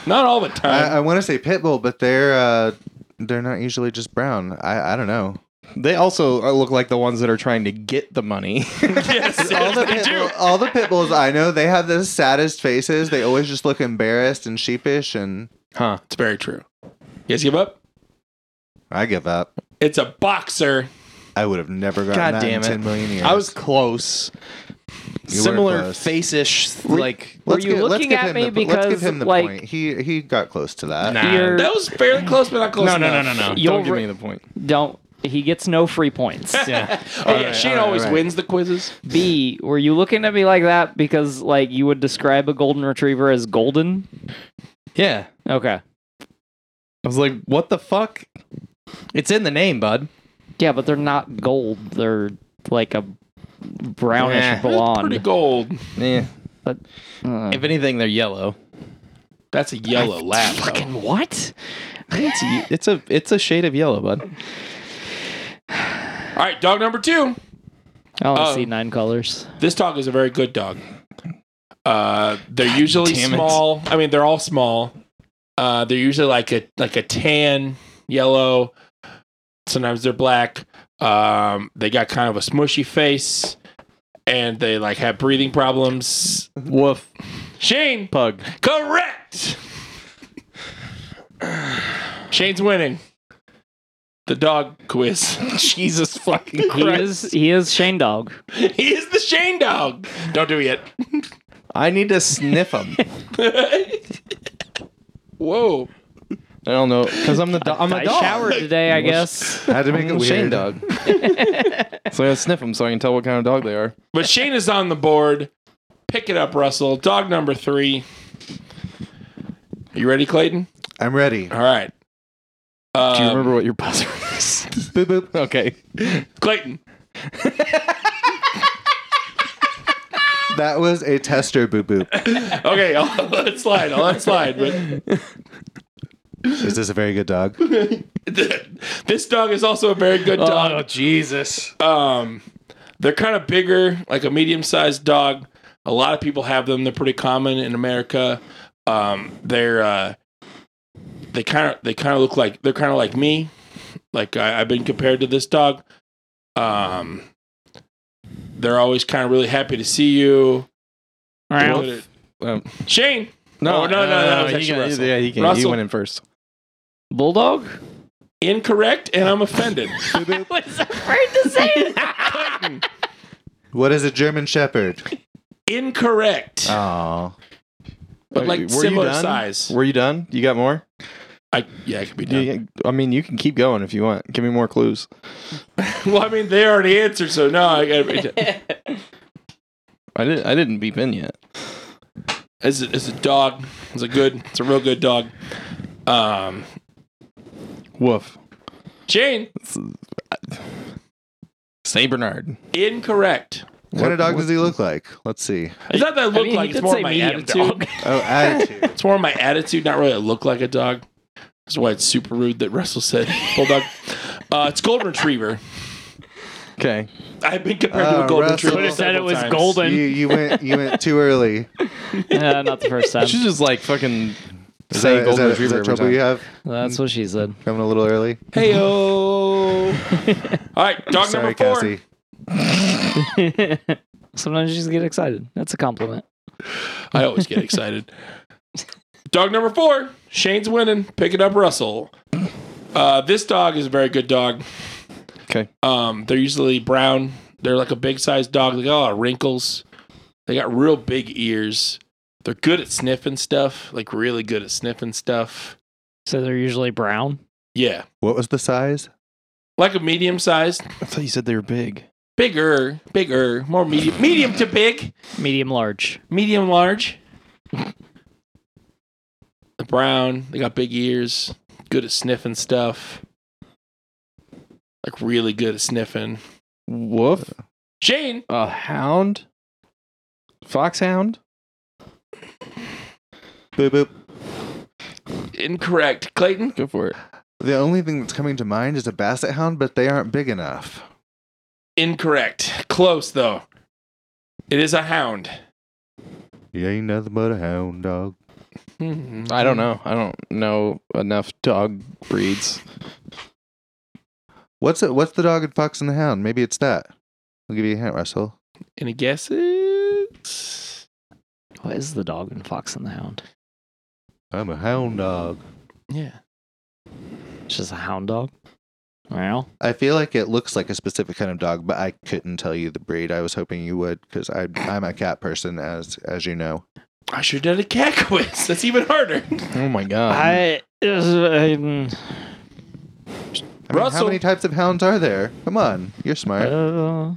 Speaker 1: Not all the time.
Speaker 4: I, I want to say Pitbull, but they're uh, they're not usually just brown. I, I don't know.
Speaker 2: they also uh, look like the ones that are trying to get the
Speaker 1: [laughs]
Speaker 2: money. [laughs]
Speaker 1: yes,
Speaker 4: all
Speaker 1: yes,
Speaker 4: [laughs] the,
Speaker 1: they
Speaker 4: pit
Speaker 1: do.
Speaker 4: bull- all the pit bulls I know, they have the saddest faces. They always just look embarrassed and sheepish, and
Speaker 2: huh.
Speaker 1: It's very true. You guys give up?
Speaker 4: I give up.
Speaker 1: It's a boxer.
Speaker 4: I would have never gotten
Speaker 2: God
Speaker 4: that
Speaker 2: damn
Speaker 4: in
Speaker 2: it.
Speaker 4: ten million years.
Speaker 2: I was close.
Speaker 4: You were
Speaker 2: Similar
Speaker 4: close.
Speaker 2: face-ish, like
Speaker 3: Were you looking
Speaker 4: give
Speaker 3: at
Speaker 4: him
Speaker 3: me
Speaker 4: the, po- let's give
Speaker 3: because,
Speaker 4: him the
Speaker 3: like-
Speaker 4: point. He he got close to that.
Speaker 2: Nah.
Speaker 3: You're-
Speaker 1: That was fairly close, but not close
Speaker 2: no, no, no,
Speaker 1: enough.
Speaker 2: no, no.
Speaker 3: You'll
Speaker 2: Don't give
Speaker 3: re-
Speaker 2: me the [laughs] point.
Speaker 3: Don't. He gets no free [laughs] points.
Speaker 2: Yeah.
Speaker 1: Oh, yeah, Shane
Speaker 4: all right,
Speaker 1: always
Speaker 4: all right.
Speaker 1: wins the quizzes.
Speaker 3: B, were you looking at me like that because like you would describe a golden retriever as golden?
Speaker 2: yeah.
Speaker 3: Okay.
Speaker 2: I was like, what the fuck? It's in the name, bud.
Speaker 3: Yeah, but they're not gold. They're like a brownish
Speaker 2: Yeah.
Speaker 1: That's pretty
Speaker 3: blonde.
Speaker 1: gold.
Speaker 2: Yeah.
Speaker 3: Uh,
Speaker 2: If anything, they're yellow.
Speaker 1: That's a yellow lab. though.
Speaker 3: fucking what?
Speaker 2: It's a, it's a it's a shade of yellow, bud.
Speaker 1: All right, dog number two.
Speaker 3: I only
Speaker 1: Oh.
Speaker 3: see nine colors.
Speaker 1: This dog is a very good dog. Uh, they're usually
Speaker 2: damn it.
Speaker 1: small. I mean, they're all small. Uh, they're usually like a like a tan, yellow. Sometimes they're black. Um, they got kind of a smushy face, and they like have breathing problems.
Speaker 2: Woof.
Speaker 1: Shane,
Speaker 2: Pug.
Speaker 1: correct. Shane's winning the dog quiz.
Speaker 2: [laughs] Jesus fucking
Speaker 3: He is he is Shane Dog.
Speaker 1: [laughs] he is the Shane dog. Don't do it yet.
Speaker 2: [laughs] I need to sniff them.
Speaker 1: Whoa.
Speaker 2: I don't know because I'm the do- I'm a
Speaker 3: I
Speaker 2: dog.
Speaker 3: showered today, I guess.
Speaker 4: Had to make
Speaker 2: I'm
Speaker 4: it
Speaker 2: a
Speaker 4: weird.
Speaker 2: Shane [laughs] dog. so I gotta sniff them so I can tell what kind of dog they are.
Speaker 1: But Shane is on the board. Pick it up, Russell. Dog number three. You ready, Clayton?
Speaker 4: I'm ready.
Speaker 1: All right.
Speaker 2: Do you
Speaker 1: Uh,
Speaker 2: remember what your buzzer was? boop boop. Um, [laughs] Okay.
Speaker 1: Clayton. [laughs]
Speaker 4: That was a tester boo boop.
Speaker 1: Okay, I'll let it slide. I'll let it slide. But
Speaker 4: Is this a very good dog?
Speaker 1: [laughs] this dog is also a very good dog.
Speaker 2: Jesus.
Speaker 1: Um, they're kind of bigger, like a medium-sized dog. A lot of people have them. They're pretty common in America. Um, they're uh, they kind of they kind of look like they're kind of like me. Like I, I've been compared to this dog. Um, they're always kind of really happy to see you.
Speaker 2: Um,
Speaker 1: Shane,
Speaker 2: no,
Speaker 1: Oh, no, no, no, it's
Speaker 2: he
Speaker 1: actually
Speaker 2: can,
Speaker 1: Russell.
Speaker 2: Yeah, he can. He
Speaker 1: Russell.
Speaker 2: went in first.
Speaker 3: Bulldog?
Speaker 1: incorrect, and I'm offended.
Speaker 3: was afraid to say [laughs] it.
Speaker 1: Clayton,
Speaker 4: What is a German Shepherd?
Speaker 1: incorrect,
Speaker 4: Oh,
Speaker 1: but
Speaker 2: Uh, Were
Speaker 1: like
Speaker 2: you
Speaker 1: similar
Speaker 2: done?
Speaker 1: size.
Speaker 2: Were you done? You got more?
Speaker 1: I, yeah, I could be
Speaker 2: You-
Speaker 1: done.
Speaker 2: I mean, you can keep going if you want. Give me more clues.
Speaker 1: [laughs] Well, I mean, they already answered, so no. I gotta,
Speaker 3: [laughs]
Speaker 2: I didn't. I didn't beep in yet.
Speaker 1: it's, a, it's a dog. It's a good. It's a real good dog. Um,
Speaker 2: Woof.
Speaker 1: Shane,
Speaker 2: Saint Bernard.
Speaker 1: incorrect.
Speaker 4: what kind of dog does he look like? Let's see.
Speaker 1: It's not that I look
Speaker 3: I mean,
Speaker 1: like. It's
Speaker 3: he did
Speaker 1: more
Speaker 3: say
Speaker 1: of my
Speaker 3: medium
Speaker 1: attitude.
Speaker 3: dog.
Speaker 4: Oh, attitude.
Speaker 1: [laughs] It's more of my attitude, not really a look like a dog. That's why it's super rude that Russell said [laughs] bulldog. uh, it's golden retriever.
Speaker 2: Okay.
Speaker 1: I've been compared to
Speaker 4: Uh,
Speaker 1: a golden
Speaker 4: Russell.
Speaker 1: retriever.
Speaker 4: Could've
Speaker 3: said
Speaker 1: several
Speaker 3: it was
Speaker 1: times.
Speaker 4: you,
Speaker 3: golden.
Speaker 4: you went you went too [laughs] early.
Speaker 3: Uh, not the first [laughs] time.
Speaker 2: She's just like fucking
Speaker 4: Is
Speaker 2: saying
Speaker 4: that, is
Speaker 2: golden
Speaker 4: that- is
Speaker 2: retriever
Speaker 4: that
Speaker 2: every
Speaker 4: trouble
Speaker 2: time.
Speaker 4: you have?
Speaker 3: That's what she said. [laughs]
Speaker 4: Coming a little early.
Speaker 1: Heyo. All right, dog
Speaker 4: Sorry,
Speaker 1: number four.
Speaker 4: Cassie.
Speaker 3: Sometimes you just get excited. That's a compliment.
Speaker 1: I always get excited. dog number four, Shane's winning. Picking up Russell. Uh, this dog is a very good dog.
Speaker 2: Okay.
Speaker 1: Um, they're usually brown. They're like a big sized dog. They got a lot of wrinkles. They got real big ears. They're good at sniffing stuff. Like really good at sniffing stuff.
Speaker 3: So they're usually brown.
Speaker 1: Yeah,
Speaker 4: What was the size?
Speaker 1: like a medium sized,
Speaker 2: I thought you said they were big.
Speaker 1: bigger, bigger, more medium, medium to big,
Speaker 3: Medium large.
Speaker 1: medium large. They're brown. They got big ears. Good at sniffing stuff. Like really good at sniffing.
Speaker 2: Woof.
Speaker 1: Shane,
Speaker 2: A hound. Foxhound.
Speaker 4: Boop boop.
Speaker 1: Incorrect. Clayton?
Speaker 2: Go for it.
Speaker 4: The only thing that's coming to mind is a basset hound, but they aren't big enough.
Speaker 1: Incorrect. Close, though. It is a hound.
Speaker 4: You ain't nothing but a hound dog.
Speaker 2: I don't know. I don't know enough dog breeds.
Speaker 4: What's it? What's the dog and fox and the hound? Maybe it's that. I'll give you a hint, Russell.
Speaker 1: Any guesses?
Speaker 3: What is the dog and fox and the hound?
Speaker 4: I'm a hound dog.
Speaker 1: Yeah.
Speaker 3: It's just a hound dog. Well,
Speaker 4: I feel like it looks like a specific kind of dog, but I couldn't tell you the breed. I was hoping you would, because I I'm a cat person, as as you know.
Speaker 1: I should have done a cat [laughs] quiz. That's even harder.
Speaker 2: Oh my god.
Speaker 3: I. um,
Speaker 4: I mean,
Speaker 1: Russell.
Speaker 4: how many types of hounds are there? Come on, you're smart.
Speaker 3: uh,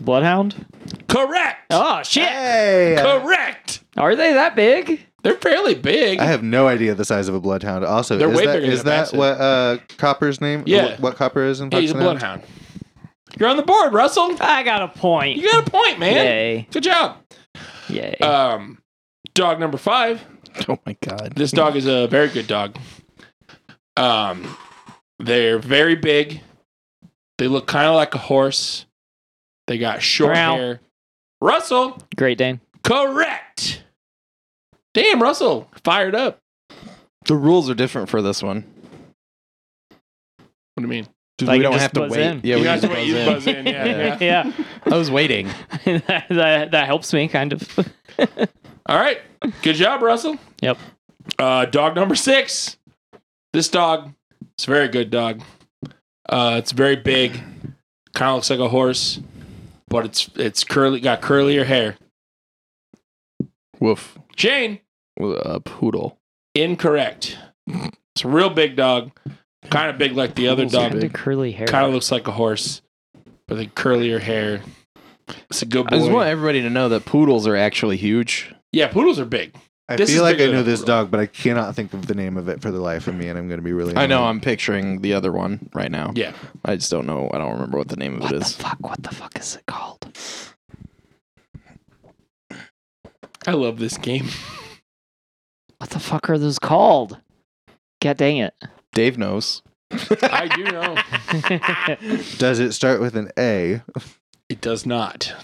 Speaker 3: bloodhound?
Speaker 1: Correct.
Speaker 3: Oh, shit.
Speaker 4: Hey, I-
Speaker 1: Correct.
Speaker 3: Are they that big?
Speaker 1: They're fairly big.
Speaker 4: I have no idea the size of a bloodhound. Also,
Speaker 1: They're
Speaker 4: is
Speaker 1: way
Speaker 4: that,
Speaker 1: bigger than
Speaker 4: is
Speaker 1: a
Speaker 4: that
Speaker 1: basset.
Speaker 4: what uh, Copper's name?
Speaker 1: Yeah.
Speaker 4: What, what Copper is in
Speaker 1: yeah, he's a
Speaker 4: Fox and Hound?
Speaker 1: bloodhound. You're on the board, Russell.
Speaker 3: I got a point.
Speaker 1: You got a point, man.
Speaker 3: Yay.
Speaker 1: Good job.
Speaker 3: Yay.
Speaker 1: Um, dog number five.
Speaker 2: oh my god.
Speaker 1: This dog is a very good dog. Um, they're very big. They look kind of like a horse. They got short
Speaker 3: Meow.
Speaker 1: hair. Russell,
Speaker 3: Great Dane.
Speaker 1: correct. Damn, Russell, fired up.
Speaker 2: The rules are different for this one.
Speaker 1: What do you mean?
Speaker 3: Like,
Speaker 2: we
Speaker 3: you
Speaker 2: don't
Speaker 3: just
Speaker 2: have to
Speaker 3: buzz
Speaker 2: wait.
Speaker 3: in.
Speaker 2: Yeah, we
Speaker 1: you guys
Speaker 2: just buzz
Speaker 1: wait. You
Speaker 2: in.
Speaker 1: buzz in. Yeah, yeah.
Speaker 3: [laughs] yeah.
Speaker 2: I was waiting.
Speaker 3: that, that, that helps me, kind of.
Speaker 1: All right. Good job, Russell.
Speaker 3: Yep.
Speaker 1: Uh, dog number six. This dog, it's a very good dog. Uh, it's very big. Kind of looks like a horse, but it's it's curly. Got curlier hair.
Speaker 2: Woof.
Speaker 1: Shane,
Speaker 2: A poodle.
Speaker 1: incorrect. It's a real big dog. Kind of big like the other
Speaker 2: Poodles are
Speaker 1: dog.
Speaker 3: kind
Speaker 2: big.
Speaker 3: of curly hair.
Speaker 1: Kind of looks like a horse, but the curlier hair. It's a good
Speaker 2: I just want
Speaker 1: boy.
Speaker 2: everybody to know that poodles are actually huge.
Speaker 1: Yeah, poodles are big.
Speaker 4: I
Speaker 1: This is
Speaker 4: feel like I
Speaker 1: bigger
Speaker 4: know
Speaker 1: than a
Speaker 4: this
Speaker 1: poodle.
Speaker 4: dog, but I cannot think of the name of it for the life of me, and I'm going to be really.
Speaker 2: I know
Speaker 4: annoyed.
Speaker 2: I'm picturing the other one right now.
Speaker 1: Yeah.
Speaker 2: I just don't know. I don't remember what the name of
Speaker 3: What
Speaker 2: it
Speaker 3: the
Speaker 2: is.
Speaker 3: fuck? What the fuck is it called?
Speaker 1: I love this
Speaker 3: [laughs]
Speaker 1: game.
Speaker 3: What the fuck are those called? God dang [laughs] it.
Speaker 2: Dave knows.
Speaker 1: I do know.
Speaker 4: Does it start with an A?
Speaker 1: It does not.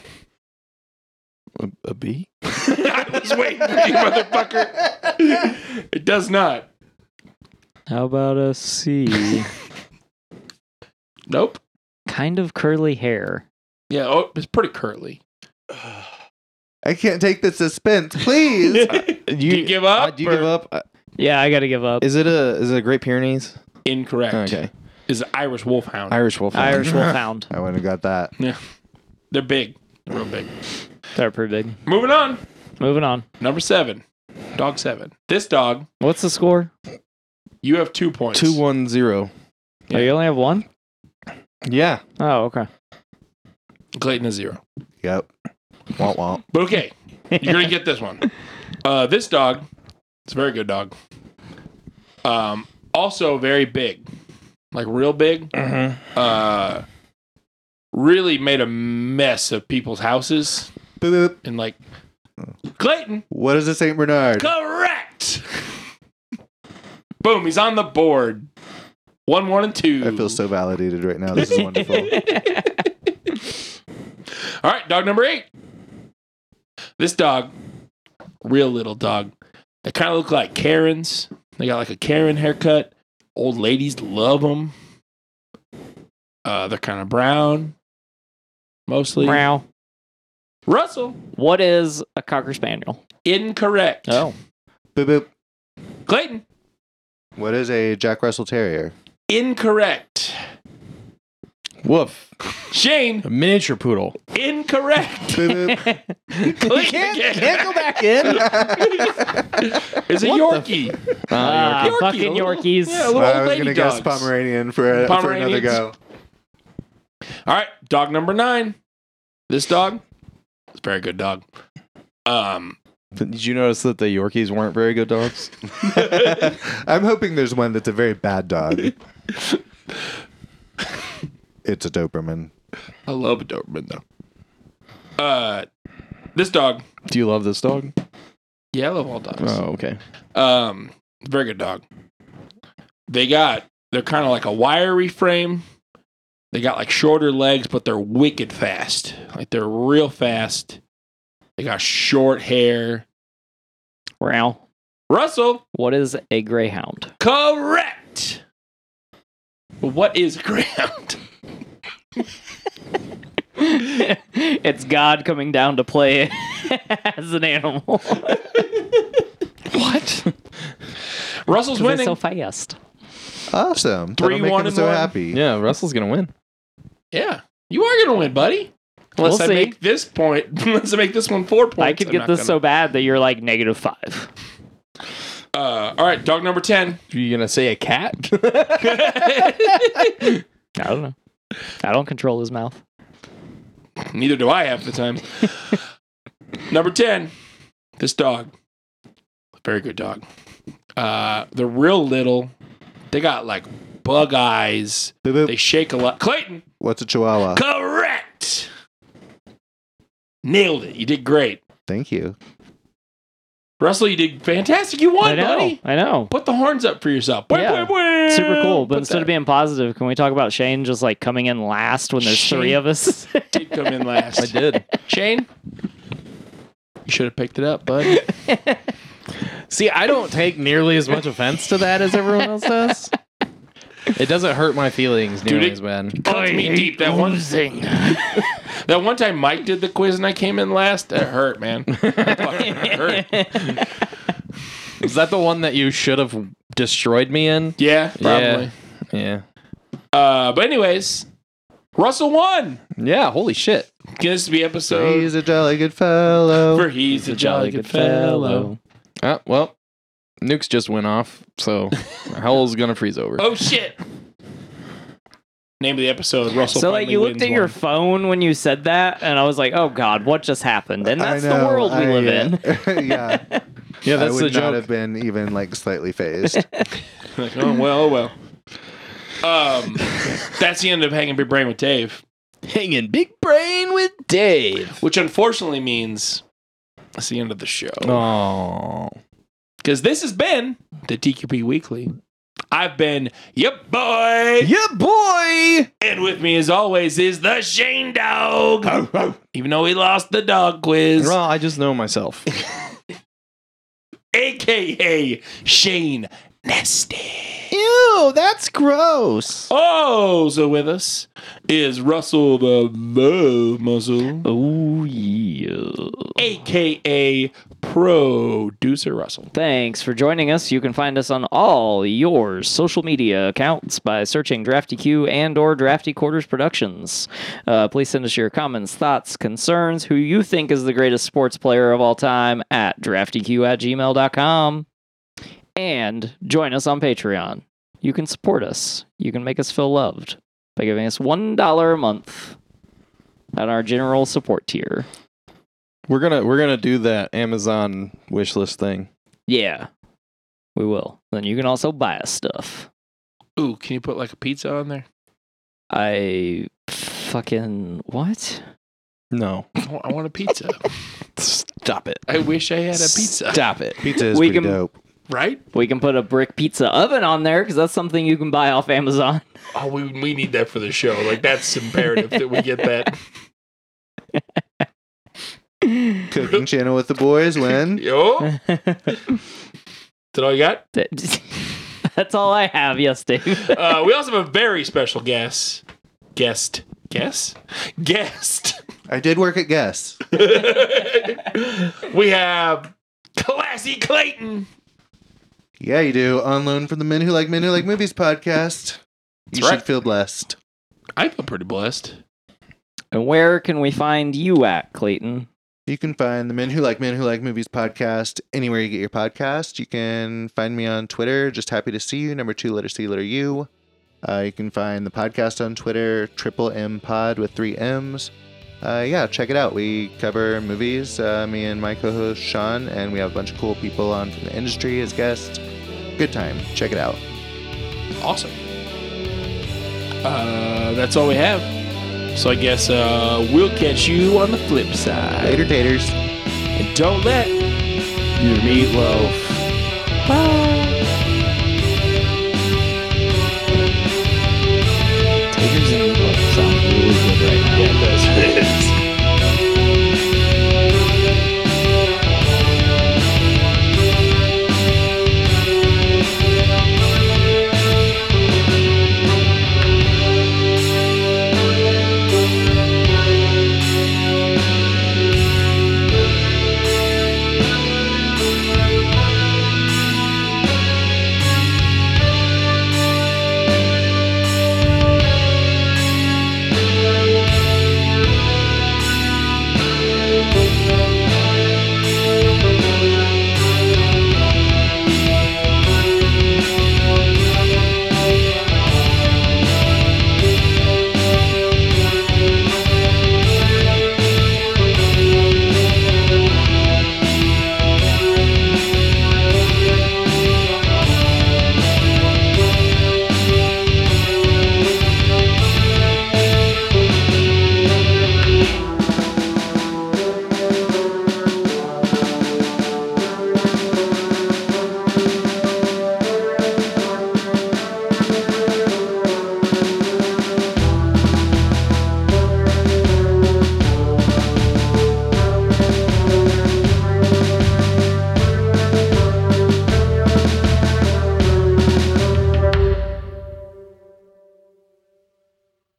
Speaker 2: A, a bee?
Speaker 1: [laughs] I was waiting for you, motherfucker. It does not.
Speaker 3: How about a [laughs] C?
Speaker 1: Nope.
Speaker 3: kind of curly hair.
Speaker 1: Yeah, oh, it's pretty curly.
Speaker 4: I can't take the suspense,
Speaker 1: [laughs]
Speaker 4: [laughs] please.
Speaker 1: Do you give up?
Speaker 2: Uh, do you give
Speaker 1: or-
Speaker 2: up? Uh,
Speaker 3: Yeah, I gotta give up.
Speaker 2: Is it a is it a Great Pyrenees?
Speaker 1: Incorrect.
Speaker 2: Okay,
Speaker 1: Is an Irish Wolfhound.
Speaker 2: Irish Wolfhound. [laughs]
Speaker 3: Irish Wolfhound.
Speaker 4: I wouldn't have got that.
Speaker 1: They're big. They're real big.
Speaker 3: They're pretty big.
Speaker 1: Moving on.
Speaker 3: Moving on.
Speaker 1: Number seven. Dog seven. This dog,
Speaker 3: What's the score?
Speaker 1: you have two points.
Speaker 2: Two one zero.
Speaker 3: Oh, you only have one?
Speaker 2: Yeah.
Speaker 3: Oh, okay.
Speaker 1: Clayton is zero.
Speaker 4: Yep. Womp womp.
Speaker 1: But okay, you're gonna get this one. Uh, this dog, it's a very good dog. Um, also very big, like real big. Uh, really made a mess of people's houses
Speaker 4: Boop, boop.
Speaker 1: and like Clayton.
Speaker 4: What is a Saint Bernard?
Speaker 1: Correct. [laughs] Boom. He's on the board. One, one, and two.
Speaker 4: I feel so validated right now. This
Speaker 1: [laughs]
Speaker 4: is wonderful.
Speaker 3: [laughs]
Speaker 1: All right, dog number eight. This dog, real little dog. They kind of look like Karens. They got like a Karen haircut. Old ladies love them. Uh, they're kind of brown, mostly.
Speaker 3: Meow.
Speaker 1: Russell,
Speaker 3: What is a cocker spaniel?
Speaker 1: incorrect.
Speaker 3: Oh.
Speaker 4: boop boop.
Speaker 1: Clayton,
Speaker 4: What is a Jack Russell Terrier?
Speaker 1: incorrect.
Speaker 2: Woof.
Speaker 1: Shane,
Speaker 2: A miniature poodle.
Speaker 3: [laughs]
Speaker 1: incorrect. [laughs]
Speaker 4: Boop
Speaker 1: Clayton again.
Speaker 2: back in.
Speaker 4: [laughs] boop.
Speaker 1: It's a
Speaker 2: What the
Speaker 1: Yorkie.
Speaker 3: Ah,
Speaker 1: Yorkie. Yorkie, a
Speaker 3: fucking
Speaker 1: little-
Speaker 3: Yorkies.
Speaker 1: yeah, a little-
Speaker 4: I
Speaker 1: old
Speaker 4: was
Speaker 1: lady
Speaker 4: gonna guess
Speaker 1: dogs.
Speaker 4: Pomeranian for, a, for another
Speaker 1: Pomeranians.
Speaker 4: go.
Speaker 1: All right, dog number nine. This dog, it's a very good dog. Um,
Speaker 2: Did you notice that the Yorkies weren't very good dogs?
Speaker 4: I'm hoping there's one that's a very bad dog. it's a Doberman.
Speaker 1: I love a Doberman though. Uh, this dog,
Speaker 2: Do you love this dog?
Speaker 1: Yeah, I love all dogs.
Speaker 2: Oh, okay.
Speaker 1: Um, very good dog. They got they're kind of like a wiry frame. They got like shorter legs, but they're wicked fast. Like they're real fast. They got short hair.
Speaker 3: Wow.
Speaker 1: Russell,
Speaker 3: What is a greyhound?
Speaker 1: correct. But What is [laughs] a greyhound?
Speaker 3: [laughs] it's God coming down to play [laughs] as an animal. [laughs]
Speaker 2: What?
Speaker 1: Russell's
Speaker 3: It's
Speaker 1: winning.
Speaker 3: so fast.
Speaker 4: Awesome. That'll
Speaker 1: Three,
Speaker 4: make
Speaker 1: one,
Speaker 4: him
Speaker 1: and
Speaker 4: so
Speaker 1: one.
Speaker 4: happy.
Speaker 2: yeah, Russell's gonna win.
Speaker 1: yeah, you are gonna win, buddy. Unless
Speaker 3: We'll
Speaker 1: I
Speaker 3: see.
Speaker 1: make this point, [laughs] unless I make this one four points,
Speaker 3: I could
Speaker 1: I'm
Speaker 3: get
Speaker 1: not
Speaker 3: this so
Speaker 1: gonna-
Speaker 3: bad that you're like negative five.
Speaker 1: Uh, all right, dog number ten.
Speaker 2: You gonna say a
Speaker 3: [laughs]
Speaker 2: cat?
Speaker 3: I don't know. I don't control his mouth.
Speaker 1: [laughs] Neither do I half the time. Number 10, this dog. Very good dog. Uh, they're real little. They got like bug eyes.
Speaker 4: Boop, boop.
Speaker 1: They shake a lot. Clayton,
Speaker 4: What's a chihuahua?
Speaker 1: correct. Nailed it. You did great.
Speaker 4: Thank you.
Speaker 1: Russell, you did fantastic. You
Speaker 3: I
Speaker 1: won,
Speaker 3: know.
Speaker 1: buddy.
Speaker 3: I know.
Speaker 1: Put the horns up for yourself. Boing,
Speaker 3: Yeah.
Speaker 1: boing, boing.
Speaker 3: Super cool. But
Speaker 1: Put
Speaker 3: instead
Speaker 1: that-
Speaker 3: of being positive, can we talk about Shane just like coming in last when there's three
Speaker 1: Shane. [laughs]
Speaker 3: of us?
Speaker 1: did come
Speaker 3: [laughs]
Speaker 1: in last.
Speaker 2: I did.
Speaker 1: Shane, you should have picked it up,
Speaker 3: [laughs]
Speaker 1: bud.
Speaker 2: See, I don't take nearly as much offense to that as everyone else does. It doesn't hurt my feelings nearly
Speaker 1: it-
Speaker 2: as bad.
Speaker 1: Cuts me deep. That one
Speaker 3: losing.
Speaker 1: That one time Mike did the quiz and I came in last, that hurt,
Speaker 3: [laughs]
Speaker 1: man. That fucking hurt.
Speaker 2: Is that the one that you should have destroyed me in?
Speaker 1: Yeah, probably.
Speaker 2: Yeah.
Speaker 1: Uh, but anyways, Russell won.
Speaker 2: Yeah, holy shit.
Speaker 1: Can this be episode
Speaker 4: He's a jolly good
Speaker 2: [laughs]
Speaker 4: fellow.
Speaker 1: for He's, a Jolly Good Fellow?
Speaker 2: Uh, well, nukes just went off, [laughs] so hell's gonna freeze over.
Speaker 1: Oh shit! Name of the episode: Russell.
Speaker 3: So like
Speaker 1: finally
Speaker 3: you looked
Speaker 1: wins
Speaker 3: at your
Speaker 1: one.
Speaker 3: phone when you said that, and I was like, "Oh God, what just happened?" And
Speaker 4: I
Speaker 3: that's the
Speaker 4: know,
Speaker 3: world we
Speaker 4: I,
Speaker 1: [laughs]
Speaker 3: live in.
Speaker 4: uh, [laughs] yeah,
Speaker 2: Yeah,
Speaker 4: I
Speaker 2: that's
Speaker 4: would
Speaker 2: the
Speaker 4: not
Speaker 2: joke.
Speaker 4: have been even like slightly phased.
Speaker 1: Like, oh well, oh well. Um, that's the end of hanging big brain with Dave,
Speaker 2: Hanging big brain with Dave.
Speaker 1: which unfortunately means that's the end of the show.
Speaker 2: Oh.
Speaker 1: Because this has been the TQP Weekly. I've been yep boy.
Speaker 2: Yeah, boy.
Speaker 1: And with me, as always, is the Shane Dog. Even though he lost the dog quiz,
Speaker 2: Well, I just know myself.
Speaker 1: aka Shane Nasty.
Speaker 2: Ew, that's gross.
Speaker 1: Also with us is Russell the Love Muscle,
Speaker 3: Oh yeah.
Speaker 1: aka Producer Russell.
Speaker 3: Thanks for joining us. You can find us on all your social media accounts by searching Drafty Q and or Drafty Quarters Productions. Uh, please send us your comments, thoughts, concerns, who you think is the greatest sports player of all time at draftyq at gmail.com. And join us on Patreon. You can support us. You can make us feel loved by giving us $1 a month at our general support tier.
Speaker 2: We're gonna we're gonna do that Amazon wish list thing.
Speaker 3: Yeah, we will. Then you can also buy us stuff.
Speaker 1: Ooh, can you put like a pizza on there?
Speaker 3: I fucking what?
Speaker 2: No,
Speaker 1: I want, I want a [laughs] pizza.
Speaker 2: [laughs] stop it.
Speaker 1: I wish I had a pizza.
Speaker 2: Stop it.
Speaker 4: Pizza is
Speaker 3: We
Speaker 4: pretty
Speaker 3: can-
Speaker 4: dope.
Speaker 1: Right?
Speaker 3: We can put a brick pizza oven on there because that's something you can buy off Amazon. [laughs]
Speaker 1: Oh, we we need that for the show. Like that's imperative that we get that. [laughs]
Speaker 4: Cooking channel with the boys. When
Speaker 1: Yo, is that all you got?
Speaker 3: That- [laughs] that's all I have. Yes, Dave.
Speaker 1: uh, we also have a very special guest. Guest. Guest? Guest.
Speaker 4: I did work at Guess.
Speaker 1: we have Classy Clayton.
Speaker 4: Yeah, you do. On loan from the Men Who Like Men Who Like Movies podcast. You
Speaker 1: That's right.
Speaker 4: should feel blessed.
Speaker 1: I feel pretty blessed.
Speaker 3: And where can we find you at, Clayton?
Speaker 4: You can find the Men Who Like Men Who Like Movies podcast anywhere you get your podcast. You can find me on Twitter, just happy to see you, number two, letter C, letter U. Uh, you can find the podcast on Twitter, triple M pod with three M's. Uh, yeah, check it out. We cover movies, uh, me and my co host Sean, and we have a bunch of cool people on from the industry as guests. Good time. Check it out.
Speaker 1: Awesome. Uh, that's all we have. So I guess uh, we'll catch you on the flip side.
Speaker 4: Later, taters.
Speaker 1: And don't let
Speaker 5: Meatloaf.
Speaker 1: Bye. [laughs]